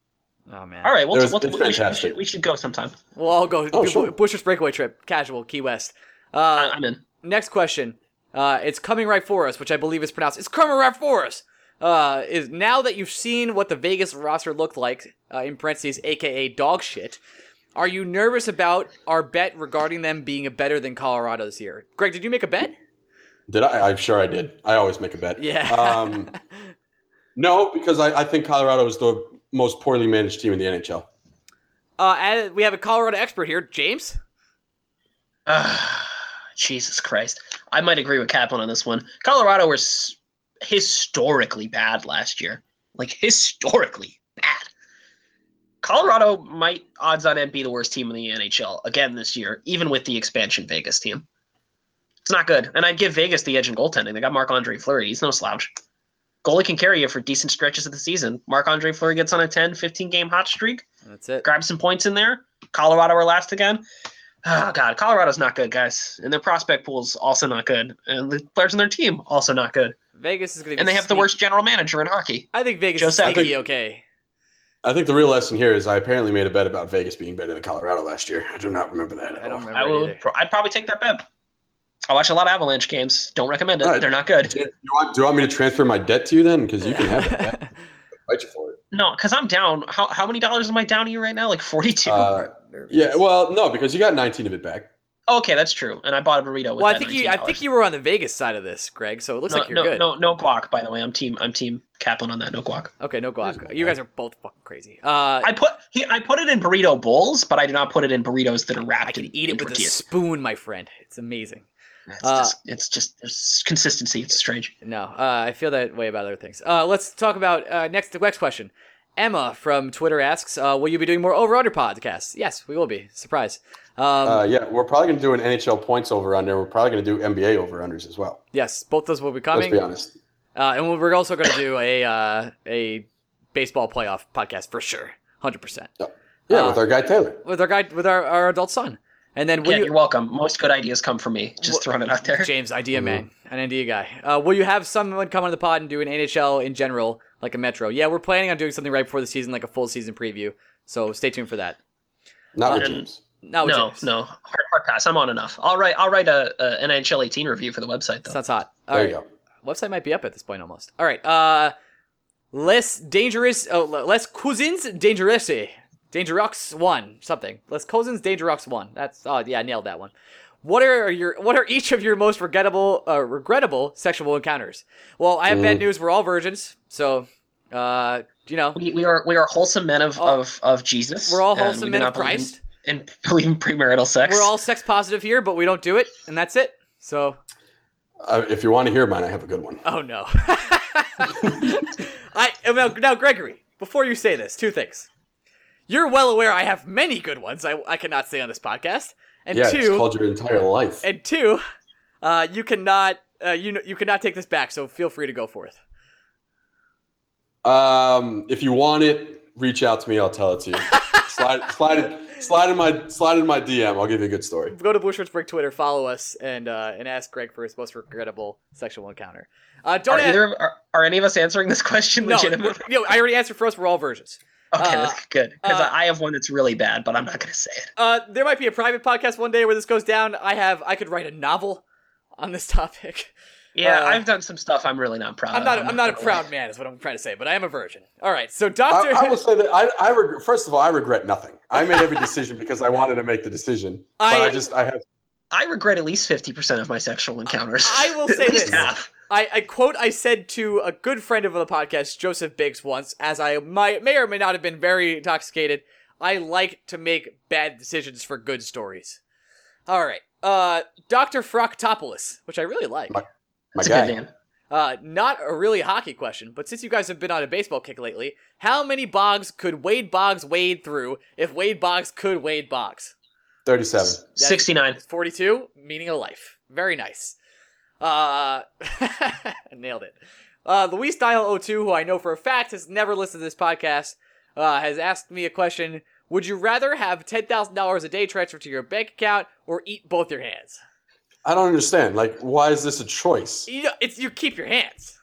S1: oh man.
S3: All right, we'll,
S2: It was-
S3: we'll,
S2: it's
S3: we should- we, should,
S2: fantastic.
S3: we should go sometime.
S1: We'll all go.
S2: Oh,
S1: do
S2: sure.
S1: Bushers breakaway trip, casual, Key West.
S3: I-
S1: Uh,
S3: I'm in.
S1: next question. Uh, it's coming right for us, which I believe is pronounced. It's coming right for us. Uh, is now that you've seen what the Vegas roster looked like uh, in parentheses, aka dog shit. Are you nervous about our bet regarding them being better than Colorado this year? Greg, did you make a bet?
S2: Did I? I'm sure I did. I always make a bet.
S1: Yeah.
S2: Um, no, because I, I think Colorado is the most poorly managed team in the NHL.
S1: Uh, and we have a Colorado expert here, James.
S3: Ah, Jesus Christ. I might agree with Kaplan on this one. Colorado were s- historically bad last year. Like, historically bad. Colorado might, odds on end, be the worst team in the NHL again this year, even with the expansion Vegas team. It's not good. And I'd give Vegas the edge in goaltending. They got Marc Andre Fleury. He's no slouch. Goalie can carry you for decent stretches of the season. Marc Andre Fleury gets on a 10, 15 game hot streak
S1: That's it.
S3: grab some points in there. Colorado are last again. Oh God, Colorado's not good, guys, and their prospect pool's also not good, and the players on their team also not good,
S1: Vegas is going to be.
S3: and they have the
S1: sneaky-
S3: worst general manager in hockey.
S1: I think Vegas
S3: Joe
S1: is
S3: Sakic.
S1: sneaky okay.
S2: I think the real lesson here is I apparently made a bet about Vegas being better than Colorado last year. I do not remember that.
S1: I
S2: At
S1: don't
S2: all.
S1: remember
S3: I will.
S1: it either.
S3: Pro- I'd probably take that bet. I watch a lot of Avalanche games. Don't recommend it.
S2: All right.
S3: They're not good.
S2: Do you, want, do you want me to transfer my debt to you then? Because you can have that. I fight you for it.
S3: No, because I'm down. How, how many dollars am I down to you right now? Like 42?
S2: Uh, yeah. Well, no, because you got 19 of it back.
S3: okay, that's true. And I bought a burrito with
S1: well, I
S3: that
S1: think you. I
S3: $19.
S1: think you were on the Vegas side of this, Greg. So it looks
S3: no,
S1: like you're
S3: no,
S1: good.
S3: no, no guac, by the way. I'm team I'm team Kaplan on that, no guac.
S1: Okay, no
S2: There's
S1: guac.
S2: no
S1: You
S2: guac.
S1: guys are both fucking crazy. Uh,
S3: I put he, I put it in burrito bowls, but I do not put it in burritos that are wrapped
S1: I can
S3: in,
S1: eat
S3: in
S1: it with a
S3: tortillas.
S1: spoon, my friend. It's amazing.
S3: It's,
S1: uh,
S3: just, it's just there's consistency. It's strange.
S1: No, uh, I feel that way about other things. Uh, let's talk about uh, next the next question. Emma from Twitter asks, uh, "Will you be doing more over under podcasts?" Yes, we will be. Surprise. Um,
S2: Uh, yeah, we're probably going to do an NHL points over under. We're probably going to do NBA over unders as well.
S1: yes, both those will be
S2: Let's be
S1: coming, uh,
S2: honest.
S1: and we're also going to do a uh, a baseball playoff podcast for sure, hundred percent
S2: Yeah,
S1: Uh,
S2: with our guy Taylor.
S1: with our guy with our, our adult son. And then will
S3: yeah,
S1: you,
S3: you, are welcome. Most good ideas come from me. Just
S1: Wha-
S3: throwing it out there.
S1: James, idea
S2: Mhm.
S1: man, an idea guy. Uh, will you have someone come on the pod and do an NHL in general, like a Metro? Yeah, we're planning on doing something right before the season, like a full season preview. So stay tuned for that.
S2: Not
S1: uh,
S2: with
S3: and-
S2: James.
S1: Not with
S3: no,
S1: James.
S3: no, hard, hard pass. I'm on enough. I'll write. I'll write a, a an NHL 18 review for the website though.
S1: Sounds hot. All
S2: There
S1: right,
S2: you go.
S1: website might be up at this point almost. All right, uh, less dangerous, oh, le- less cousins dangerous, dangerox one something. Less cousins dangerox one. That's oh yeah, I nailed that one. What are your what are each of your most regrettable uh, regrettable sexual encounters? Well, I have bad
S2: Mm.
S1: news. We're all virgins, so uh, you know
S3: we, we are we are wholesome men of
S1: Oh.
S3: of, of Jesus.
S1: we're all
S3: and
S1: wholesome
S3: we do
S1: men
S3: not
S1: of
S3: believe in-
S1: Christ.
S3: And believe in premarital sex.
S1: We're all sex positive here, but we don't do it, and that's it. So
S2: Uh, if you want to hear mine, I have a good one.
S1: Oh no. I oh, now, now Gregory, before you say this, two things. You're well aware I have many good ones I, I cannot say on this podcast. And
S2: yeah, it's
S1: two
S2: called your entire life.
S1: and two, uh, you cannot uh, you kn- you cannot take this back, so feel free to go forth.
S2: Um, if you want it, reach out to me. I'll tell it to you. slide, slide, it- slide in my, slide in my DM. I'll give you a good story.
S1: Go to Blue Shirts Break Twitter, follow us, and uh, and ask Greg for his most regrettable sexual encounter. Uh, don't
S3: Are
S1: a-
S3: either of, are, are any of us answering this question
S1: no,
S3: legitimately?
S1: we're- no, I already answered for us. We're all virgins.
S3: Okay,
S1: Uh,
S3: that's good. Because
S1: uh,
S3: I have one that's really bad, but I'm not going to say it.
S1: Uh, there might be a private podcast one day where this goes down. I have I could write a novel on this topic.
S3: Yeah,
S1: uh,
S3: I've done some stuff I'm really not proud
S1: I'm
S3: of.
S1: not. I'm not a
S3: gonna
S1: proud
S3: lie.
S1: man, is what I'm trying to say. But I am a virgin. All right. So
S2: I,
S1: Doctor,
S2: I will say that I, I regret. First of all, I regret nothing. I made every decision because I wanted to make the decision. But I,
S1: I-
S2: just, I have.
S3: I regret at least 50% of my sexual encounters.
S1: I will
S3: At
S1: say
S3: least
S1: this.
S3: half.
S1: I, I quote I said to a good friend of the podcast, Joseph Biggs, once, as I might, may or may not have been very intoxicated. I like to make bad decisions for good stories. All right. Uh, Doctor Froctopoulos, which I really like.
S2: My- My
S3: That's a
S2: guy.
S3: good name.
S1: Uh, not a really hockey question, but since you guys have been on a baseball kick lately, how many bogs could Wade Boggs wade through if Wade Boggs could Wade Boggs?
S2: Thirty-seven.
S3: 69.
S1: It's 42, meaning of life. Very nice. Uh, nailed it. Uh, Luis Dial02, who I know for a fact has never listened to this podcast, uh, has asked me a question. Would you rather have $10,000 a day transferred to your bank account or eat both your hands?
S2: I don't understand. Like, why is this a choice?
S1: You know, it's, you keep your hands.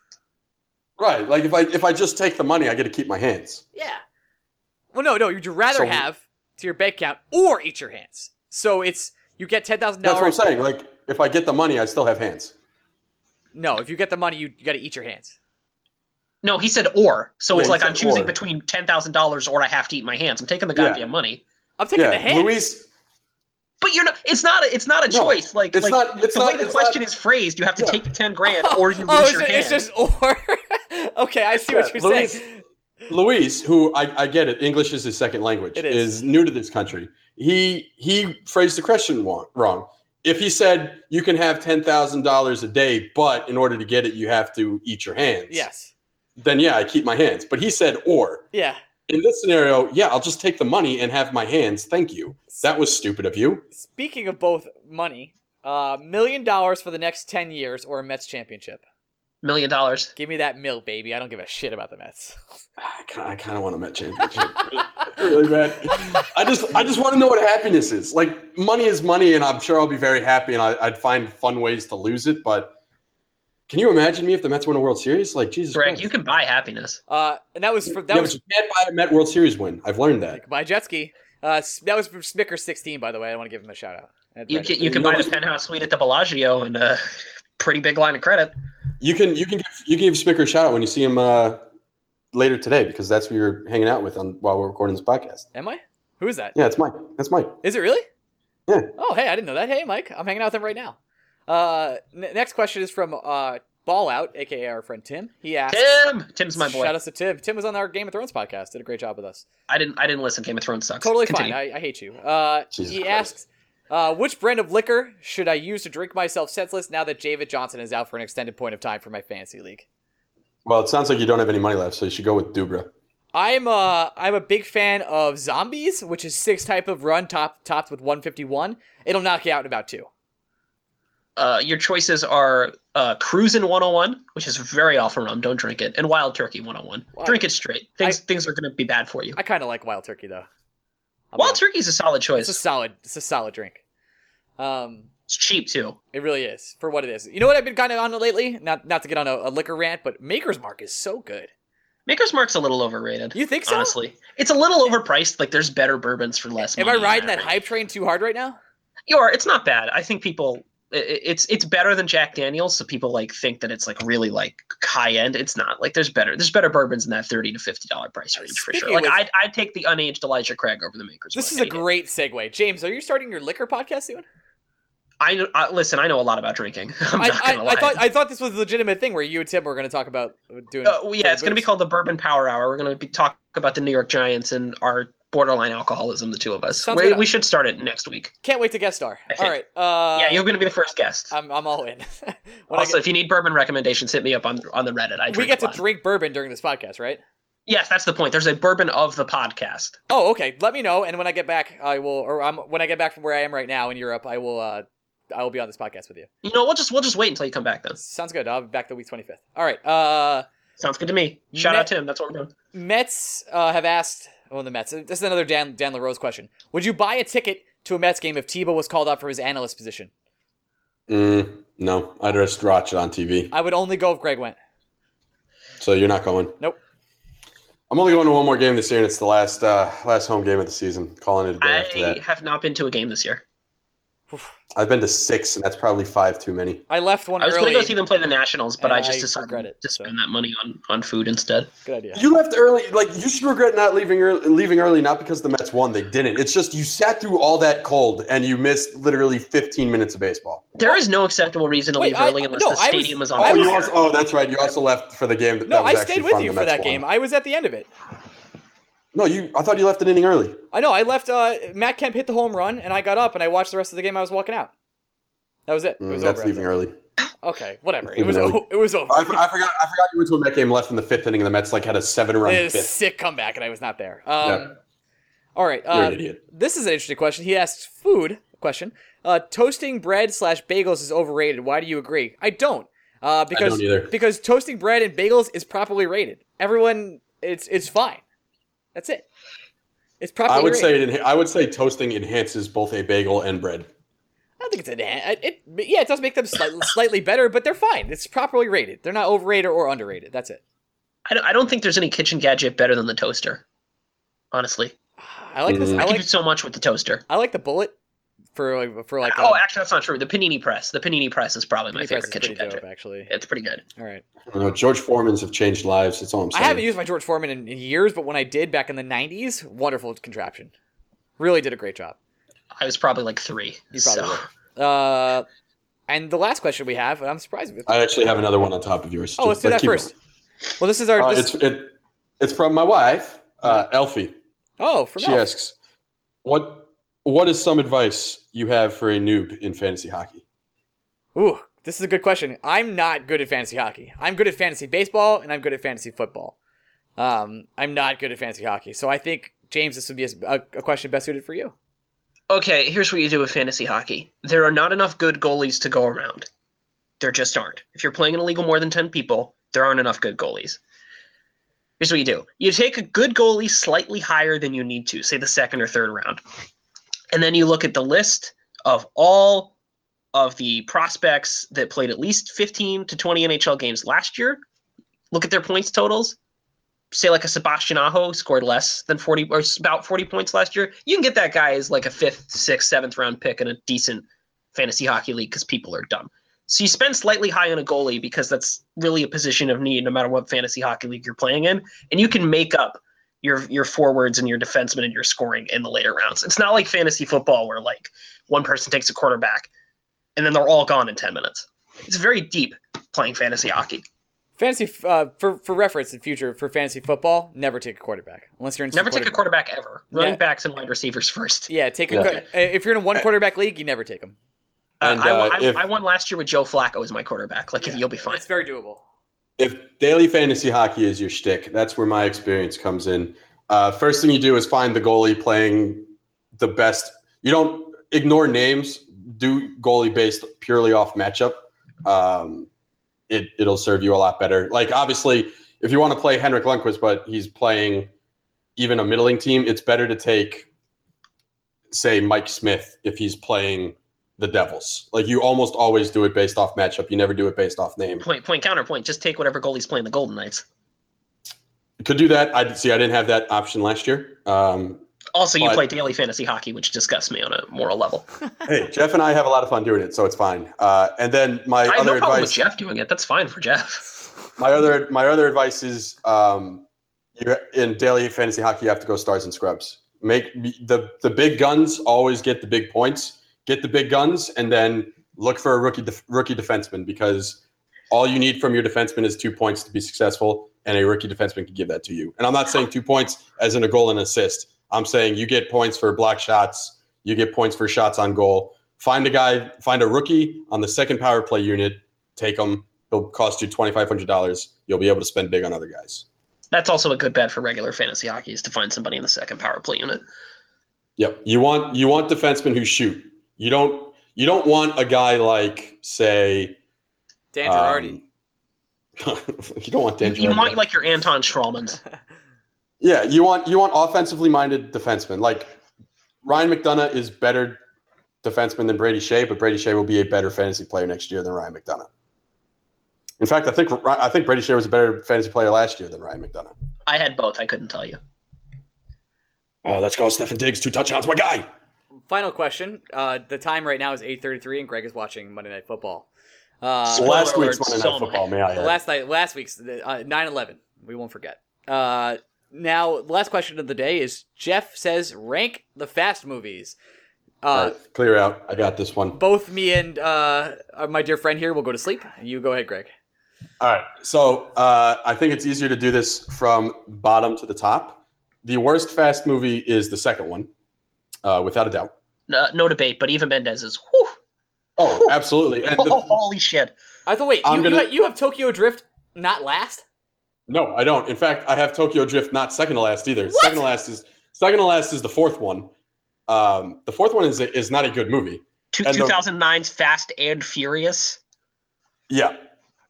S2: Right. Like, if I, if I just take the money, I get to keep my hands.
S1: Yeah. Well, no, no, you'd rather
S2: So-
S1: have to your bank account or eat your hands. So it's, you get $10,000.
S2: That's what I'm saying. Like, if I get the money, I still have hands.
S1: No, if you get the money, you, you gotta eat your hands.
S3: No, he said or. So
S2: Yeah,
S3: it's
S2: he
S3: like
S2: said
S3: I'm choosing
S2: or.
S3: between $10,000 or I have to eat my hands. I'm taking the
S2: Yeah.
S3: goddamn money.
S1: I'm taking
S2: yeah,
S1: the hands.
S2: Luis.
S3: But you're not it's not a, it's not a
S2: No,
S3: choice. Like
S2: It's
S3: like
S2: not. It's
S3: the
S2: not.
S3: way the
S2: it's
S3: question
S2: not-
S3: is phrased, you have to
S2: Yeah.
S3: take the 10 grand or you lose
S1: oh, it's,
S3: your
S1: ju-
S3: hands.
S1: it's just or. okay, I see what
S2: Yeah,
S1: you're
S2: Luis-
S1: saying.
S2: Luis, who I, I get it, English is his second language,
S1: It is.
S2: is. new to this country. He he phrased the question wrong. wrong. If he said you can have ten thousand dollars a day, but in order to get it, you have to eat your hands.
S1: Yes.
S2: Then yeah, I keep my hands. But he said or.
S1: Yeah.
S2: In this scenario, yeah, I'll just take the money and have my hands. Thank you. That was stupid of you.
S1: Speaking of both money, uh, million dollars for the next ten years or a Mets championship.
S3: Million dollars.
S1: Give me that mill, baby. I don't give a shit about the Mets.
S2: I kind of, I kind of want a Met championship. really bad. I just I just want to know what happiness is. Like money is money, and I'm sure I'll be very happy, and I, I'd find fun ways to lose it. But Can you imagine me if the Mets win a World Series? Like Jesus
S3: Greg,
S2: Christ.
S3: you can buy happiness.
S1: Uh, and that was from that
S2: yeah,
S1: was
S2: but you can't buy a Met World Series win. I've learned that.
S1: my jet ski. Uh, s- that was from Smicker sixteen, by the way. I want to give him a shout out. At
S3: You
S1: Reddit.
S3: can you can
S2: You
S3: buy
S2: know
S3: the penthouse suite at the Bellagio and a pretty big line of credit.
S2: You can you can give, you can give Smicker a shout out when you see him uh, later today because that's who you're hanging out with on while we're recording this podcast.
S1: Am I? Who is that?
S2: Yeah, it's Mike. That's Mike.
S1: Is it really?
S2: Yeah.
S1: Oh, hey, I didn't know that. Hey, Mike, I'm hanging out with him right now. Uh, n- next question is from uh, Ball Out, aka our friend Tim. He asked,
S3: Tim, Tim's my
S1: shout
S3: boy.
S1: out to Tim. Tim was on our Game of Thrones podcast. Did a great job with us.
S3: I didn't I didn't listen. Game of Thrones sucks.
S1: Totally
S3: Continue.
S1: fine. I, I hate you. Uh,
S2: Jesus
S1: he
S2: Christ.
S1: asks, uh, which brand of liquor should I use to drink myself senseless now that David Johnson is out for an extended point of time for my fantasy league?
S2: Well, it sounds like you don't have any money left, so you should go with Dubra.
S1: I'm uh I'm a big fan of zombies, which is six type of run top topped with 151. It'll knock you out in about two.
S3: Uh, your choices are uh, Cruisin 101, which is very awful rum. Don't drink it, and Wild Turkey 101.
S1: Wow.
S3: Drink it straight. Things things are going to be bad for you.
S1: I kind of like wild turkey though. I'll be
S3: Wild
S1: honest.
S3: Turkey's a solid choice.
S1: It's a
S3: It's,
S1: solid. It's a solid drink. Um,
S3: cheap too.
S1: it really is for what it is. You know what I've been kind of on lately? Not not to get on a, a liquor rant, but Maker's Mark is so good.
S3: Maker's Mark's a little overrated.
S1: You think so?
S3: Honestly, it's a little overpriced. Like there's better bourbons for less.
S1: Am I
S3: money
S1: riding that
S3: average.
S1: hype train too hard right now?
S3: You are. It's not bad. I think people. i- i- It's it's better than Jack Daniels, so people like think that it's like really like high end. It's not like there's better there's better bourbons in that thirty to fifty dollar price range for sure.
S1: Speaking
S3: Like
S1: of-
S3: I I take the unaged Elijah Craig over the makers.
S1: This
S3: Mark.
S1: is a
S3: Any day.
S1: great segue. James, are you starting your liquor podcast soon?
S3: I, know- I listen. I know a lot about drinking. I'm
S1: I,
S3: not gonna
S1: I,
S3: lie.
S1: I thought I thought this was a legitimate thing where you and Tim were going to talk about doing.
S3: Uh, well, yeah, it's going to be
S1: booze.
S3: called the Bourbon Power Hour. We're going to be talk about the New York Giants and our borderline alcoholism. The two of us.
S1: Sounds
S3: We,
S1: good.
S3: we should start it next week.
S1: Can't wait to guest star.
S3: I think-
S1: All right. Uh,
S3: yeah, you're going to be the first guest.
S1: I'm I'm all in. When I
S3: also, if you need bourbon recommendations, hit me up on on the Reddit. I
S1: get-
S3: drink
S1: we get
S3: a
S1: to
S3: lot.
S1: drink bourbon during this podcast, right?
S3: Yes, that's the point. There's a bourbon of the podcast.
S1: Oh, okay. Let me know, and when I get back, I will, or I'm, when I get back from where I am right now in Europe, I will, uh, I will be on this podcast with you.
S3: You know, we'll just we'll just wait until you come back. Then
S1: Sounds good. I'll be back the week 25th. All right. Uh,
S3: sounds good to me. Shout
S1: Met-
S3: out to him. That's what we're doing.
S1: Mets uh, have asked. Oh, the Mets. This is another Dan Dan LaRose question. Would you buy a ticket to a Mets game if Tebow was called up from his analyst position?
S2: Mm, no, I'd just watch it on TV.
S1: I would only go if Greg went.
S2: So you're not going.
S1: Nope.
S2: I'm only going to one more game this year, and it's the last uh, last home game of the season. Calling it a day after
S3: I
S2: that.
S3: have not been to a game this year.
S2: I've been to six, and that's probably five too many.
S1: I left one
S3: I was going
S1: early.
S3: to go see them play the Nationals, but
S1: and
S3: I just
S1: I regret
S3: decided
S1: it,
S3: to
S1: so.
S3: spend that money on on food instead.
S1: Good idea.
S2: You left early. Like you should regret not leaving early, leaving early, not because the Mets won. They didn't. It's just you sat through all that cold, and you missed literally 15 minutes of baseball.
S3: There is no acceptable reason to
S1: Wait,
S3: leave
S1: I-
S3: early unless
S1: no,
S3: the
S1: I was-
S3: stadium is on
S1: I
S2: Oh, you
S1: was-
S2: also, oh, that's right. You also left for the game. That,
S1: No,
S2: that was
S1: I
S2: actually
S1: stayed with
S2: from
S1: you
S2: the
S1: for
S2: Mets
S1: that
S2: won.
S1: game. I was at the end of it.
S2: No, you. I thought you left an inning early.
S1: I know. I left. Uh, Matt Kemp hit the home run, and I got up and I watched the rest of the game. I was walking out. That was it. It
S2: Mm,
S1: was
S2: that's
S1: over.
S2: leaving early.
S1: Okay, whatever. It
S2: Even
S1: was.
S2: though
S1: o- It was over.
S2: I, I forgot. I forgot you went to a Met game left in the fifth inning. and The Mets like had a seven run
S1: It was a
S2: fifth.
S1: sick comeback, and I was not there. Um,
S2: Yeah.
S1: All right.
S2: You're
S1: Uh,
S2: an idiot.
S1: this is an interesting question. He asks food question. Uh, toasting bread slash bagels is overrated. Why do you agree? I don't. Uh, because
S2: don't either.
S1: because toasting bread and bagels is properly rated. Everyone, it's it's fine. That's it. It's properly.
S2: I would
S1: rated.
S2: say it. enha- I would say toasting enhances both a bagel and bread.
S1: I don't think it's an ad. It, it- yeah, it does make them slightly, slightly better, but they're fine. It's properly rated. They're not overrated or underrated. That's it.
S3: I don't, I don't think there's any kitchen gadget better than the toaster. Honestly,
S1: I like this.
S2: Mm.
S1: I
S3: I, can
S1: like
S3: do so much with the toaster.
S1: I like the bullet for like, for like.
S3: oh,
S1: um,
S3: actually, that's not true. The panini press. The panini press is probably my
S1: Mini Press
S3: favorite
S1: is
S3: kitchen
S1: pretty
S3: gadget.
S1: dope, actually.
S3: It's pretty good.
S1: All right.
S2: I don't know, George Foreman's have changed lives. That's all I'm
S1: I
S2: saying.
S1: haven't used my George Foreman in, in years, but when I did back in the '90s, wonderful contraption. Really did a great job.
S3: I was probably like three.
S1: You probably
S3: so.
S1: Uh, and the last question we have, and I'm surprised. With,
S2: I actually have another one on top of yours.
S1: oh, let's do
S2: Just,
S1: that
S2: like,
S1: first.
S2: keep
S1: Well, this is our.
S2: going. Uh,
S1: this-
S2: it's it, it's from my wife, uh, Elfie.
S1: oh, from
S2: She
S1: Elf.
S2: asks, "What what is some advice you have for a noob in fantasy hockey?"
S1: Ooh, this is a good question. I'm not good at fantasy hockey. I'm good at fantasy baseball and I'm good at fantasy football. Um, I'm not good at fantasy hockey, so I think James, this would be a, a question best suited for you.
S3: Okay, here's what you do with fantasy hockey. There are not enough good goalies to go around. There just aren't. If you're playing in a league of more than 10 people, there aren't enough good goalies. Here's what you do you take a good goalie slightly higher than you need to, say the second or third round. And then you look at the list of all of the prospects that played at least 15 to 20 NHL games last year, look at their points totals. Say like a Sebastian Aho scored less than 40 or about 40 points last year. You can get that guy as like a fifth, sixth, seventh round pick in a decent fantasy hockey league because people are dumb. So you spend slightly high on a goalie because that's really a position of need no matter what fantasy hockey league you're playing in. And you can make up your your forwards and your defensemen and your scoring in the later rounds. It's not like fantasy football where like one person takes a quarterback and then they're all gone in 10 minutes. It's very deep playing fantasy hockey.
S1: Fantasy uh, for for reference in future for fantasy football, never take a quarterback unless you're in
S3: Never take a quarterback ever. Running backs and wide receivers first.
S1: Yeah, take a
S2: Yeah.
S1: quar- uh, if you're in a one quarterback league, you never take them.
S3: Uh,
S2: And,
S3: I,
S2: uh,
S3: I,
S2: if-
S3: I won last year with Joe Flacco as my quarterback. Like, you'll be fine.
S1: It's very doable.
S2: if daily fantasy hockey is your shtick, that's where my experience comes in. Uh, first thing you do is find the goalie playing the best. You don't ignore names. Do goalie based purely off matchup. Um, it it'll serve you a lot better. Like obviously, if you want to play Henrik Lundqvist, but he's playing even a middling team, it's better to take say Mike Smith if he's playing the Devils. Like you almost always do it based off matchup. You never do it based off name.
S3: Point, point, counterpoint. Just take whatever goalie's playing the Golden Knights.
S2: could do that. I see. I didn't have that option last year. Um,
S3: Also, you
S2: But-
S3: play daily fantasy hockey, which disgusts me on a moral level.
S2: hey, Jeff and I have a lot of fun doing it, so it's fine. Uh, and then my
S3: I have
S2: other
S3: no problem with
S2: advice,
S3: Jeff doing it. That's fine for Jeff.
S2: my other my other advice is, um, you in daily fantasy hockey, you have to go stars and scrubs. Make the the big guns always get the big points. Get the big guns, and then look for a rookie def- rookie defenseman because all you need from your defenseman is two points to be successful, and a rookie defenseman can give that to you. And I'm not saying two points as in a goal and assist. I'm saying you get points for block shots, you get points for shots on goal. Find a guy, find a rookie on the second power play unit, take him. He'll cost you twenty five hundred dollars. You'll be able to spend big on other guys.
S3: That's also a good bet for regular fantasy hockey is to find somebody in the second power play unit.
S2: Yep. You want you want defensemen who shoot. You don't you don't want a guy like say
S1: Dan
S2: um,
S1: Girardi.
S2: you don't want Dan
S3: you
S2: Girardi.
S3: want like your Anton Strahlmans.
S2: Yeah, you want you want offensively minded defensemen. Like Ryan McDonough is better defenseman than Brady Shea, but Brady Shea will be a better fantasy player next year than Ryan McDonough. In fact, I think Ry- I think Brady Shea was a better fantasy player last year than Ryan McDonough.
S3: I had both. I couldn't tell you.
S2: Oh, let's go, Stephen Diggs, two touchdowns, my guy.
S1: Final question. Uh, the time right now is 8:33, and Greg is watching Monday Night Football. Uh,
S3: Spoiler
S2: last week's
S3: alert,
S2: Monday
S3: so
S2: Night
S3: am
S2: Football,
S3: I.
S2: may I add?
S1: last night, last week's uh, 9/11. We won't forget. Uh, now, the last question of the day is Jeff says rank the fast movies.
S2: All
S1: Uh,
S2: right, clear out. I got this one.
S1: Both me and uh, uh, my dear friend here will go to sleep. You go ahead, Greg.
S2: All right. So uh, I think it's easier to do this from bottom to the top. The worst fast movie is the second one, uh, without a doubt.
S3: No, no debate, but even Mendez is, whew,
S2: Oh, absolutely. And the-
S3: holy shit.
S1: I thought, wait, you,
S2: I'm
S1: you,
S2: gonna-
S1: have, you have Tokyo Drift not last?
S2: No, I don't. In fact, I have Tokyo Drift not second to last either.
S1: What?
S2: Second to last is second to last is the fourth one. Um, the fourth one is is not a good movie.
S3: Two,
S2: And the-
S3: 2009's Fast and Furious.
S2: Yeah,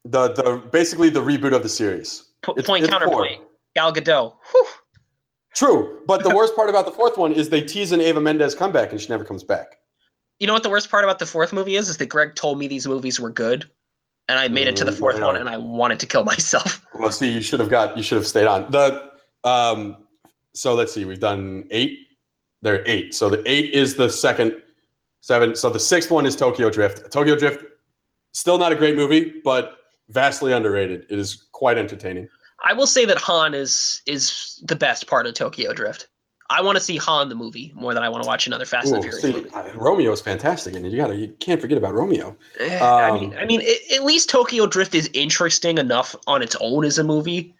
S2: the the basically the reboot of the series.
S3: P-
S2: It's-
S3: point
S2: it's four.
S3: counterpoint. Gal Gadot. Whew.
S2: True, but the worst part about the fourth one is they tease an Ava Mendez comeback and she never comes back.
S3: You know what the worst part about the fourth movie is? Is that Greg told me these movies were good, and I made it to the fourth one, and I wanted to kill myself.
S2: Well, see, you should have got you should have stayed on the. Um, so let's see, we've done eight. There are eight. So the eight is the second seven. So the sixth one is Tokyo Drift. Tokyo Drift, still not a great movie, but vastly underrated. It is quite entertaining.
S3: I will say that Han is is the best part of Tokyo Drift. I want to see Han the movie more than I want to watch another Fast
S2: Ooh,
S3: and Furious
S2: see,
S3: movie.
S2: uh, Romeo is fantastic, and you gotta you can't forget about Romeo.
S3: Eh, I mean,
S2: um,
S3: I mean a- at least Tokyo Drift is interesting enough on its own as a movie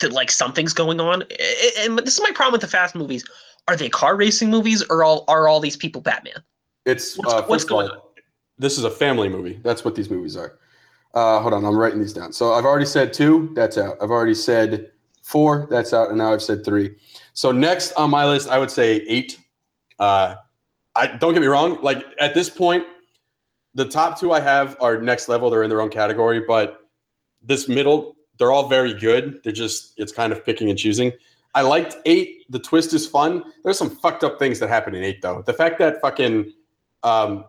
S3: that like something's going on. Eh, eh, And this is my problem with the Fast movies: are they car racing movies, or all are all these people Batman?
S2: It's
S3: What's-
S2: uh,
S3: what's
S2: first of all,
S3: going
S2: This is a family movie. That's what these movies are. Uh, hold on, I'm writing these down. So I've already said two. That's out. I've already said four. That's out. And now I've said three. So next on my list, I would say eight. Uh, I don't get me wrong. Like at this point, the top two I have are next level. They're in their own category, but this middle, they're all very good. They're just it's kind of picking and choosing. I liked eight. The twist is fun. There's some fucked up things that happen in eight though. The fact that fucking um,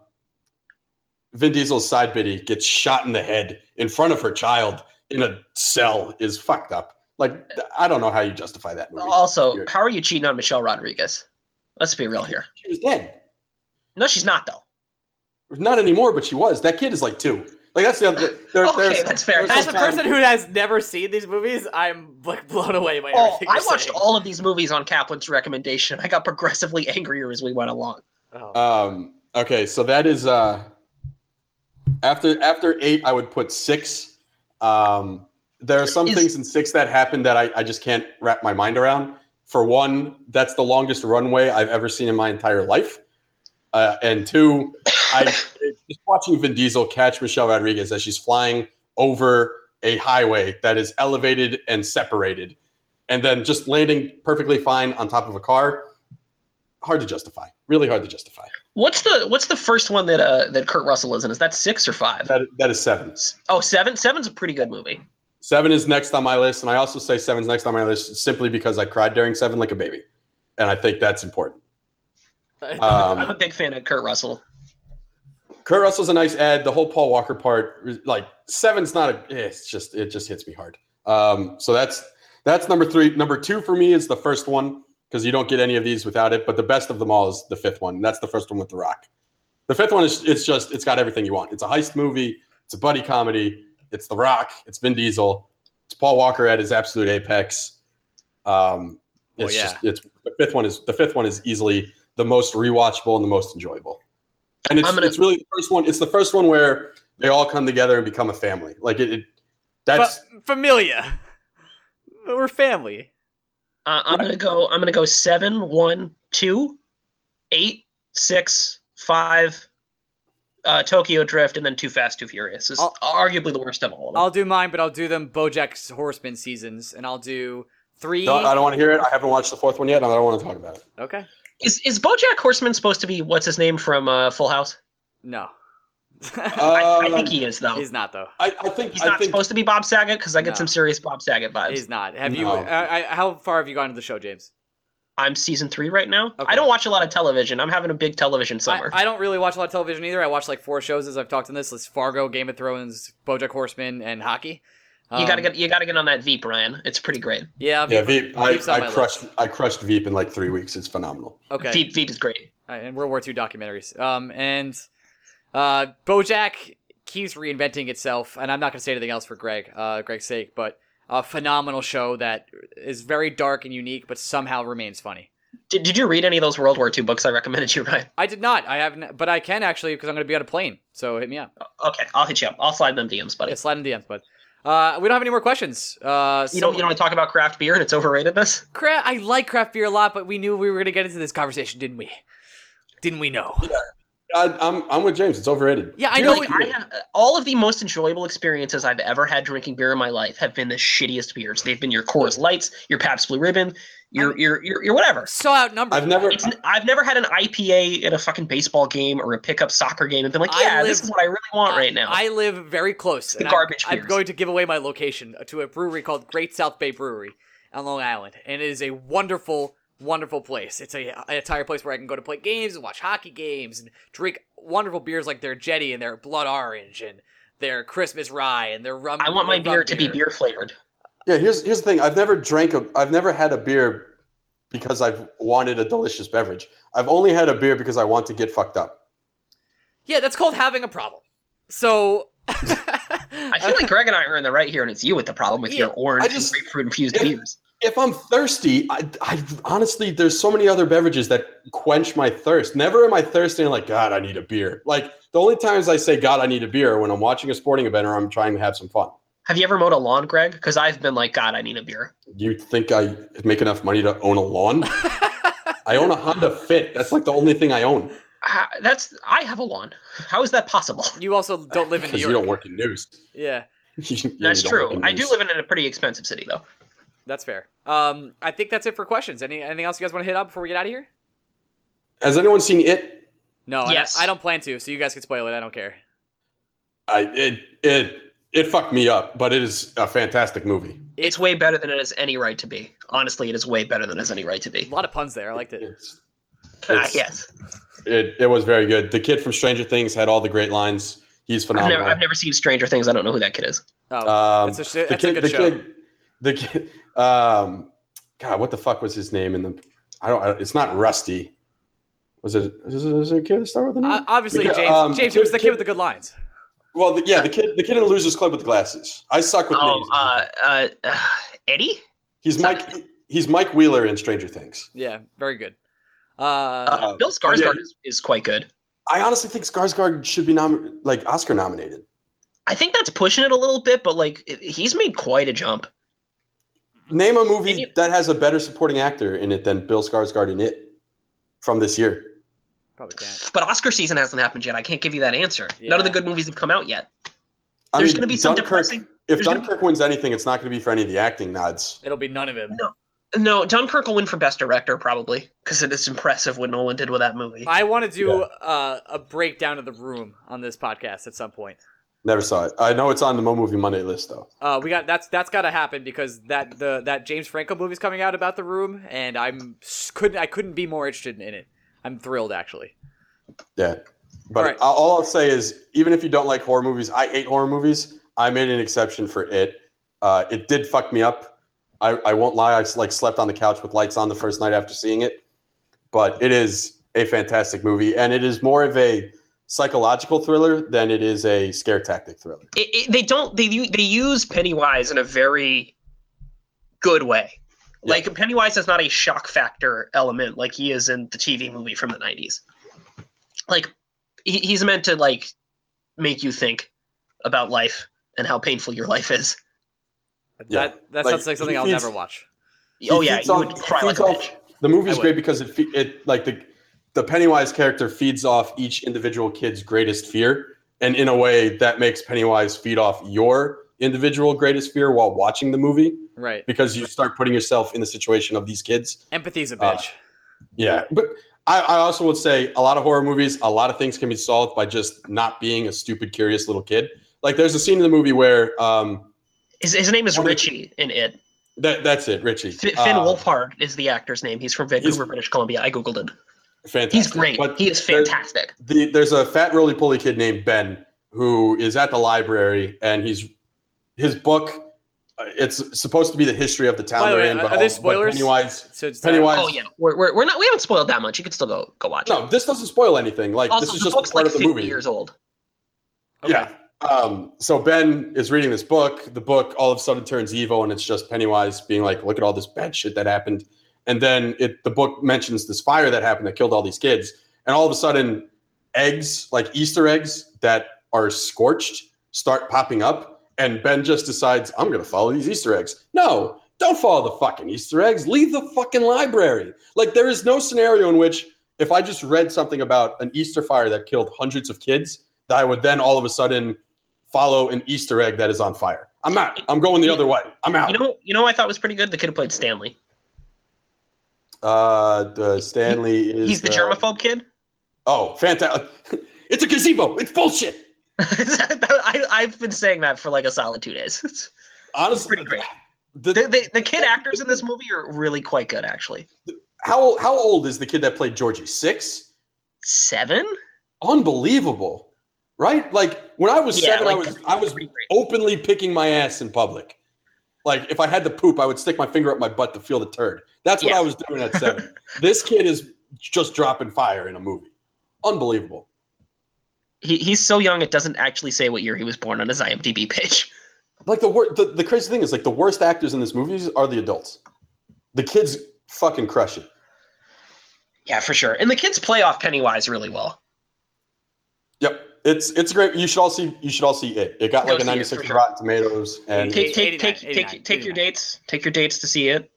S2: Vin Diesel's side biddy gets shot in the head in front of her child in a cell is fucked up. Like th- I don't know how you justify that movie.
S3: Also,
S2: You're-
S3: how are you cheating on Michelle Rodriguez? Let's be real here.
S2: She was dead.
S3: No, she's not though.
S2: Not anymore, but she was. That kid is like two. Like that's the other. There,
S3: Okay,
S2: there's,
S3: that's fair.
S2: there's
S3: That's
S1: As
S2: some
S1: a
S2: time-
S1: person who has never seen these movies, I'm like blown away by
S3: Oh,
S1: everything.
S3: I
S1: you're
S3: watched
S1: saying.
S3: all of these movies on Kaplan's recommendation. I got progressively angrier as we went along.
S1: Oh.
S2: Um, okay, so that is uh, after after eight, I would put six. Um, there are some
S3: Is-
S2: things in six that happen that I, I just can't wrap my mind around. For one, that's the longest runway I've ever seen in my entire life. Uh, and two, I just watching Vin Diesel catch Michelle Rodriguez as she's flying over a highway that is elevated and separated, and then just landing perfectly fine on top of a car. Hard to justify. Really hard to justify.
S3: What's the what's the first one that uh that Kurt Russell is in? Is that six or five?
S2: That, that is seven.
S3: S- Oh, seven. Seven's a pretty good movie.
S2: Seven is next on my list, and I also say seven's next on my list simply because I cried during seven like a baby, and I think that's important.
S1: Uh,
S3: I'm a
S2: Um,
S3: big fan of Kurt Russell.
S2: Kurt Russell's a nice ad. The whole Paul Walker part, like seven's not a. eh, It's just it just hits me hard. Um, so that's that's number three. Number two for me is the first one because you don't get any of these without it. But the best of them all is the fifth one. And that's the first one with The Rock. The fifth one is it's just it's got everything you want. It's a heist movie. It's a buddy comedy. It's The Rock. It's Vin Diesel. It's Paul Walker at his absolute apex. Um,
S1: Well,
S2: it's
S1: yeah.
S2: just it's the fifth one is the fifth one is easily the most rewatchable and the most enjoyable. And it's
S3: I'm gonna-
S2: it's really the first one. It's the first one where they all come together and become a family. Like it. it that's
S1: Fa- familia. We're family.
S3: Uh, I'm gonna go. I'm gonna go seven, one, two, eight, six, five. Uh, Tokyo Drift and then Too Fast, Too Furious is
S1: I'll-
S3: arguably the worst of all of them.
S1: I'll do mine, but I'll do them BoJack's Horseman seasons, and I'll do three.
S2: No, I don't want to hear it. I haven't watched the fourth one yet, and I don't want to talk about it.
S1: okay,
S3: Is is BoJack Horseman supposed to be what's his name from uh, Full House?
S1: no,
S3: I, I
S2: Um,
S3: think he is though.
S1: he's not though.
S2: I, I think
S3: He's
S2: I
S3: not
S2: think
S3: supposed to be Bob Saget because I get
S1: No.
S3: some serious Bob Saget vibes.
S1: He's not. Have you? uh,
S2: No.
S1: I, I, how far have you gone to the show, James?
S3: I'm season three right now.
S1: Okay.
S3: I don't watch a lot of television. I'm having a big television
S1: I,
S3: summer.
S1: I don't really watch a lot of television either. I watch like four shows as I've talked on this: list: Fargo, Game of Thrones, BoJack Horseman, and hockey.
S3: you gotta
S1: Um,
S3: get you gotta get on that Veep, Ryan. It's pretty great.
S1: Yeah,
S2: yeah,
S1: Veep-
S2: Veep. I,
S1: Veep's on my
S2: I
S1: list.
S2: crushed I crushed Veep in like three weeks. It's phenomenal.
S1: Okay,
S3: Veep Veep is great.
S1: All right, and Uh, World War II documentaries. Um, and uh, BoJack keeps reinventing itself, and I'm not going to say anything else for Greg, uh, Greg's sake, but a phenomenal show that is very dark and unique, but somehow remains funny.
S3: Did, did you read any of those World War II books I recommended you, Ryan?
S1: I did not, I haven't, but I can actually because I'm going to be on a plane. So hit me up.
S3: Okay, I'll hit you up. I'll slide them DMs, buddy.
S1: Yeah, slide in the DMs, bud. Uh, we don't have any more questions. Uh,
S3: you don't
S1: so-
S3: you don't want to talk about craft beer and its overratedness?
S1: Cra- I like craft beer a lot, but we knew we were going to get into this conversation, didn't we? Didn't we know?
S2: I, I'm I'm with James. It's overrated.
S1: Yeah, I
S2: Beer
S1: know
S2: is
S1: it-
S2: beer.
S3: I have, all of the most enjoyable experiences I've ever had drinking beer in my life have been the shittiest beers. They've been your Coors Lights, your Pabst Blue Ribbon, your your your, your whatever.
S1: So outnumbered.
S2: I've never.
S3: It's, I've never had an IPA at a fucking baseball game or a pickup soccer game and been like,
S1: I
S3: yeah, this
S1: live-
S3: is what I really want right now.
S1: I live very close.
S3: the
S1: and
S3: garbage
S1: I'm, I'm
S3: beers.
S1: going to give away my location to a brewery called Great South Bay Brewery on Long Island, and it is a wonderful, wonderful place. It's a an entire place where I can go to play games and watch hockey games and drink wonderful beers like their Jetty and their Blood Orange and their Christmas Rye and their rum.
S3: I want my
S1: rum
S3: beer to be beer flavored.
S2: Yeah, here's here's the thing. I've never drank a. I've never had a beer because I've wanted a delicious beverage. I've only had a beer because I want to get fucked up.
S1: Yeah, that's called having a problem. So.
S3: I feel like Greg and I are in the right here, and it's you with the problem with
S1: Yeah,
S3: your orange
S2: I just-
S3: and grapefruit infused
S2: if-
S3: beers.
S2: If I'm thirsty, I, I honestly there's so many other beverages that quench my thirst. Never am I thirsty and like God, I need a beer. Like the only times I say God, I need a beer are when I'm watching a sporting event or I'm trying to have some fun.
S3: Have you ever mowed a lawn, Greg? Because I've been like, God, I need a beer.
S2: You think I make enough money to own a lawn? I own a Honda Fit. That's like the only thing I own
S3: Ah, That's I have a lawn. How is that possible?
S1: you also don't live in New
S2: because
S1: York.
S2: you don't work in news.
S1: yeah.
S3: That's true. I do live in a pretty expensive city, though.
S1: That's fair. Um, I think that's it for questions. Any anything else you guys want to hit up before we get out of here?
S2: Has anyone seen it?
S1: No, I-
S3: Yes.
S1: I, don't plan to. So you guys can spoil it. I don't care.
S2: I it it it fucked me up, but it is a fantastic movie.
S3: It's way better than it has any right to be. Honestly, it is way better than it has any right to
S1: A
S3: be.
S1: lot of puns there. I liked it.
S2: It's,
S3: Ah,
S2: it's-
S3: yes.
S2: it it was very good. The kid from Stranger Things had all the great lines. He's
S3: I've
S2: phenomenal.
S3: never, I've never seen Stranger Things. I don't know who that kid is.
S1: Oh,
S2: Um,
S1: that's a, sh- that's
S2: the
S1: a
S2: kid,
S1: good
S2: the
S1: show.
S2: kid, the kid, um, God, what the fuck was his name in the? I don't. I, don't- it's not Rusty. Was it? Is it, is it a kid that start with an?
S1: Uh, obviously,
S2: the
S1: James.
S2: kid- um,
S1: James, it was the kid
S2: kid-
S1: with the good lines.
S2: well, the, yeah, the kid, the kid in the Losers Club with the glasses. I suck with
S3: Oh,
S2: names.
S3: uh, uh, uh, Eddie.
S2: he's Mike. He's Mike Wheeler in Stranger Things.
S1: Yeah, very good.
S3: Uh,
S1: Uh,
S2: Uh,
S3: Bill Skarsgård
S2: yeah.
S3: is, is quite good.
S2: I honestly think Skarsgård should be nom- like Oscar nominated.
S3: I think that's pushing it a little bit, but like it- he's made quite a jump.
S2: Name a movie
S3: And you-
S2: that has a better supporting actor in it than Bill Skarsgård in it from this year.
S1: probably can't.
S3: But Oscar season hasn't happened yet. I can't give you that answer. None of the
S1: Yeah.
S3: good movies have come out yet.
S2: I
S3: There's
S2: mean,
S3: going to be some
S2: Dunkirk-
S3: depressing.
S2: If
S3: there's gonna-
S2: Dunkirk wins anything, it's not going to be for any of the acting nods.
S1: It'll be none of him.
S3: No, Dunkirk will win for best director probably because it is impressive what Nolan did with that movie.
S1: I want to do uh, a breakdown of the room on this podcast at some point.
S2: Never saw it. I know it's on the Mo Movie Monday list though.
S1: Uh, we got that's that's got to happen because that the that James Franco movie's coming out about the room, and I'm s- couldn't I couldn't be more interested in it. I'm thrilled actually.
S2: Yeah, but
S1: Alright.
S2: I- all I'll say is, even if you don't like horror movies, I hate horror movies. I made an exception for it. Uh, it did fuck me up. I, I won't lie. I s- like slept on the couch with lights on the first night after seeing it. But it is a fantastic movie, and it is more of a psychological thriller than it is a scare tactic thriller.
S3: it, it, they don't they u- they use Pennywise in a very good way.
S2: Yeah.
S3: Like Pennywise is not a shock factor element like he is in the TV movie from the '90s. Like he, he's meant to like make you think about life and how painful your life is.
S2: Yeah.
S1: That that
S2: Like,
S1: sounds like something I'll
S2: he's-
S1: never watch.
S3: oh
S2: He
S3: yeah,
S2: feeds
S3: you
S2: off-
S3: would cry
S2: he
S3: like
S2: feeds
S3: a
S2: off-
S3: bitch.
S2: The movie's
S1: I
S2: great because it fe- it like the the Pennywise character feeds off each individual kid's greatest fear, and in a way that makes Pennywise feed off your individual greatest fear while watching the movie
S1: Right,
S2: because you start putting yourself in the situation of these kids.
S1: empathy's a
S2: Uh,
S1: bitch.
S2: Yeah, but I, I also would say a lot of horror movies, a lot of things can be solved by just not being a stupid, curious little kid. Like there's a scene in the movie where um,
S3: His, his name is
S2: Well, they-
S3: Richie in it.
S2: that that's it, Richie.
S3: F- Finn
S2: Uh,
S3: Wolfhard is the actor's name. He's from Vancouver, British Columbia. I googled it.
S2: Fantastic.
S3: He's great.
S2: But
S3: he is
S2: there-
S3: fantastic.
S2: the, there's a fat roly poly kid named Ben who is at the library and he's his book. uh, It's supposed to be the history of the town
S1: By the
S2: they're
S1: way,
S2: in,
S1: are- are
S2: but, all-
S1: there
S2: but
S1: spoilers?
S2: Pennywise.
S1: So it's
S2: Pennywise.
S3: Oh yeah, we're, we're, we're not we haven't spoiled that much. You could still go go watch. it.
S2: No, this doesn't spoil anything. Like
S3: also,
S2: this is
S3: the
S2: just
S3: book's
S2: part
S3: like
S2: of the
S3: 50
S2: movie.
S3: years old.
S1: Okay.
S2: Yeah. Um, so Ben is reading this book. The book all of a sudden turns evil, and it's just Pennywise being like, "Look at all this bad shit that happened." And then it the book mentions this fire that happened that killed all these kids, and all of a sudden, eggs like Easter eggs that are scorched start popping up, and Ben just decides, "I'm gonna follow these Easter eggs." No, don't follow the fucking Easter eggs. Leave the fucking library. Like there is no scenario in which if I just read something about an Easter fire that killed hundreds of kids that I would then all of a sudden follow an Easter egg that is on fire. I'm not. I'm going the other way. I'm out.
S3: You know, you know, I thought was pretty good. The kid who played Stanley.
S2: uh, the Stanley is.
S3: He's the germaphobe kid.
S2: Oh, fantastic! it's a gazebo. It's bullshit.
S3: I, I've been saying that for like a solid two days. It's
S2: Honestly,
S3: pretty great.
S2: the,
S3: The, the, the kid actors in this movie are really quite good, actually.
S2: how how old is the kid that played Georgie? Six.
S3: Seven?
S2: Unbelievable, right? Like when I was seven,
S3: like,
S2: I was I was
S3: pretty great.
S2: openly picking my ass in public. Like if I had to poop, I would stick my finger up my butt to feel the turd. That's what
S3: Yeah.
S2: I was doing at seven. this kid is just dropping fire in a movie. Unbelievable.
S3: He, he's so young, it doesn't actually say what year he was born on his IMDb page.
S2: Like the wor- the, the crazy thing is like the worst actors in this movies are the adults. The kids fucking crush it.
S3: Yeah, for sure. And the kids play off Pennywise really well.
S2: Yep. It's it's great. You should all see you should all see it. It got
S3: Go
S2: like a
S3: see it,
S2: 96
S3: for
S2: on
S3: sure.
S2: Rotten Tomatoes and
S3: Take, take,
S1: 89,
S3: take,
S1: 89,
S3: take, take your
S1: 89.
S3: dates. Take your dates to see it.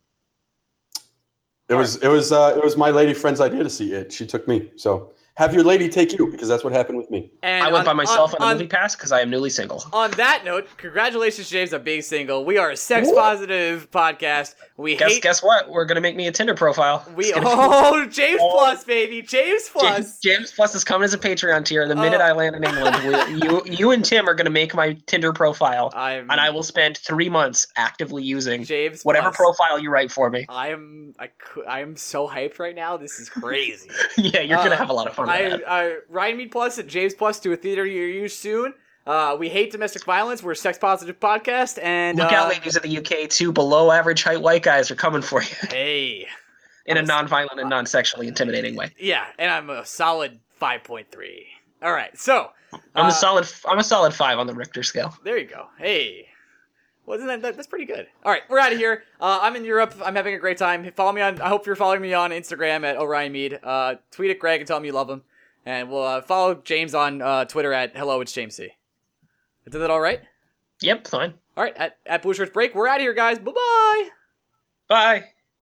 S2: it was it was uh, it was my lady friend's idea to see it. She took me. So have your lady take you because that's what happened with me.
S1: And
S3: I went
S1: on-
S3: by myself on,
S1: on,
S3: a
S1: on,
S3: movie pass because I am newly single.
S1: on that note, congratulations, James, on being single. We are a sex
S2: What?
S1: positive podcast. We
S3: Guess
S1: hate.
S3: guess what? We're gonna make me a Tinder profile.
S1: we
S3: It's gonna be-
S1: oh James
S3: Oh.
S1: Plus baby, James Plus.
S3: James, James Plus is coming as a Patreon tier. The minute
S1: Oh.
S3: I land in England, we, you you and Tim are going to make my Tinder profile,
S1: I'm
S3: and I will spend three months actively using
S1: James
S3: whatever
S1: Plus.
S3: profile you write for me.
S1: I am I cou- I am so hyped right now. This is crazy.
S3: yeah, you're going
S1: Uh,
S3: to have a lot of fun on to
S1: I,
S3: that.
S1: I, Ryan Mead Plus at James Plus to a theater near you soon. Uh, we hate domestic violence. We're a sex positive podcast. And
S3: Look
S1: uh,
S3: out, ladies of the UK, too. Below average height white guys are coming for you
S1: Hey.
S3: in a non violent and non sexually intimidating way.
S1: Yeah, and I'm a solid 5.3. All right, so
S3: I'm
S1: Uh,
S3: a solid. f- I'm a solid five on the Richter scale.
S1: There you go. Hey. Wasn't that, that that's pretty good? All right, we're out of here. Uh, I'm in Europe. I'm having a great time. Follow me on. I hope you're following me on Instagram at Orion Mead. Uh, tweet at Greg and tell him you love him, and we'll uh, follow James on uh, Twitter at Hello It's James C. I did that all right.
S3: Yep, fine.
S1: All right, at at Blue Shirts Break. We're out of here, guys. Bye bye.
S3: Bye.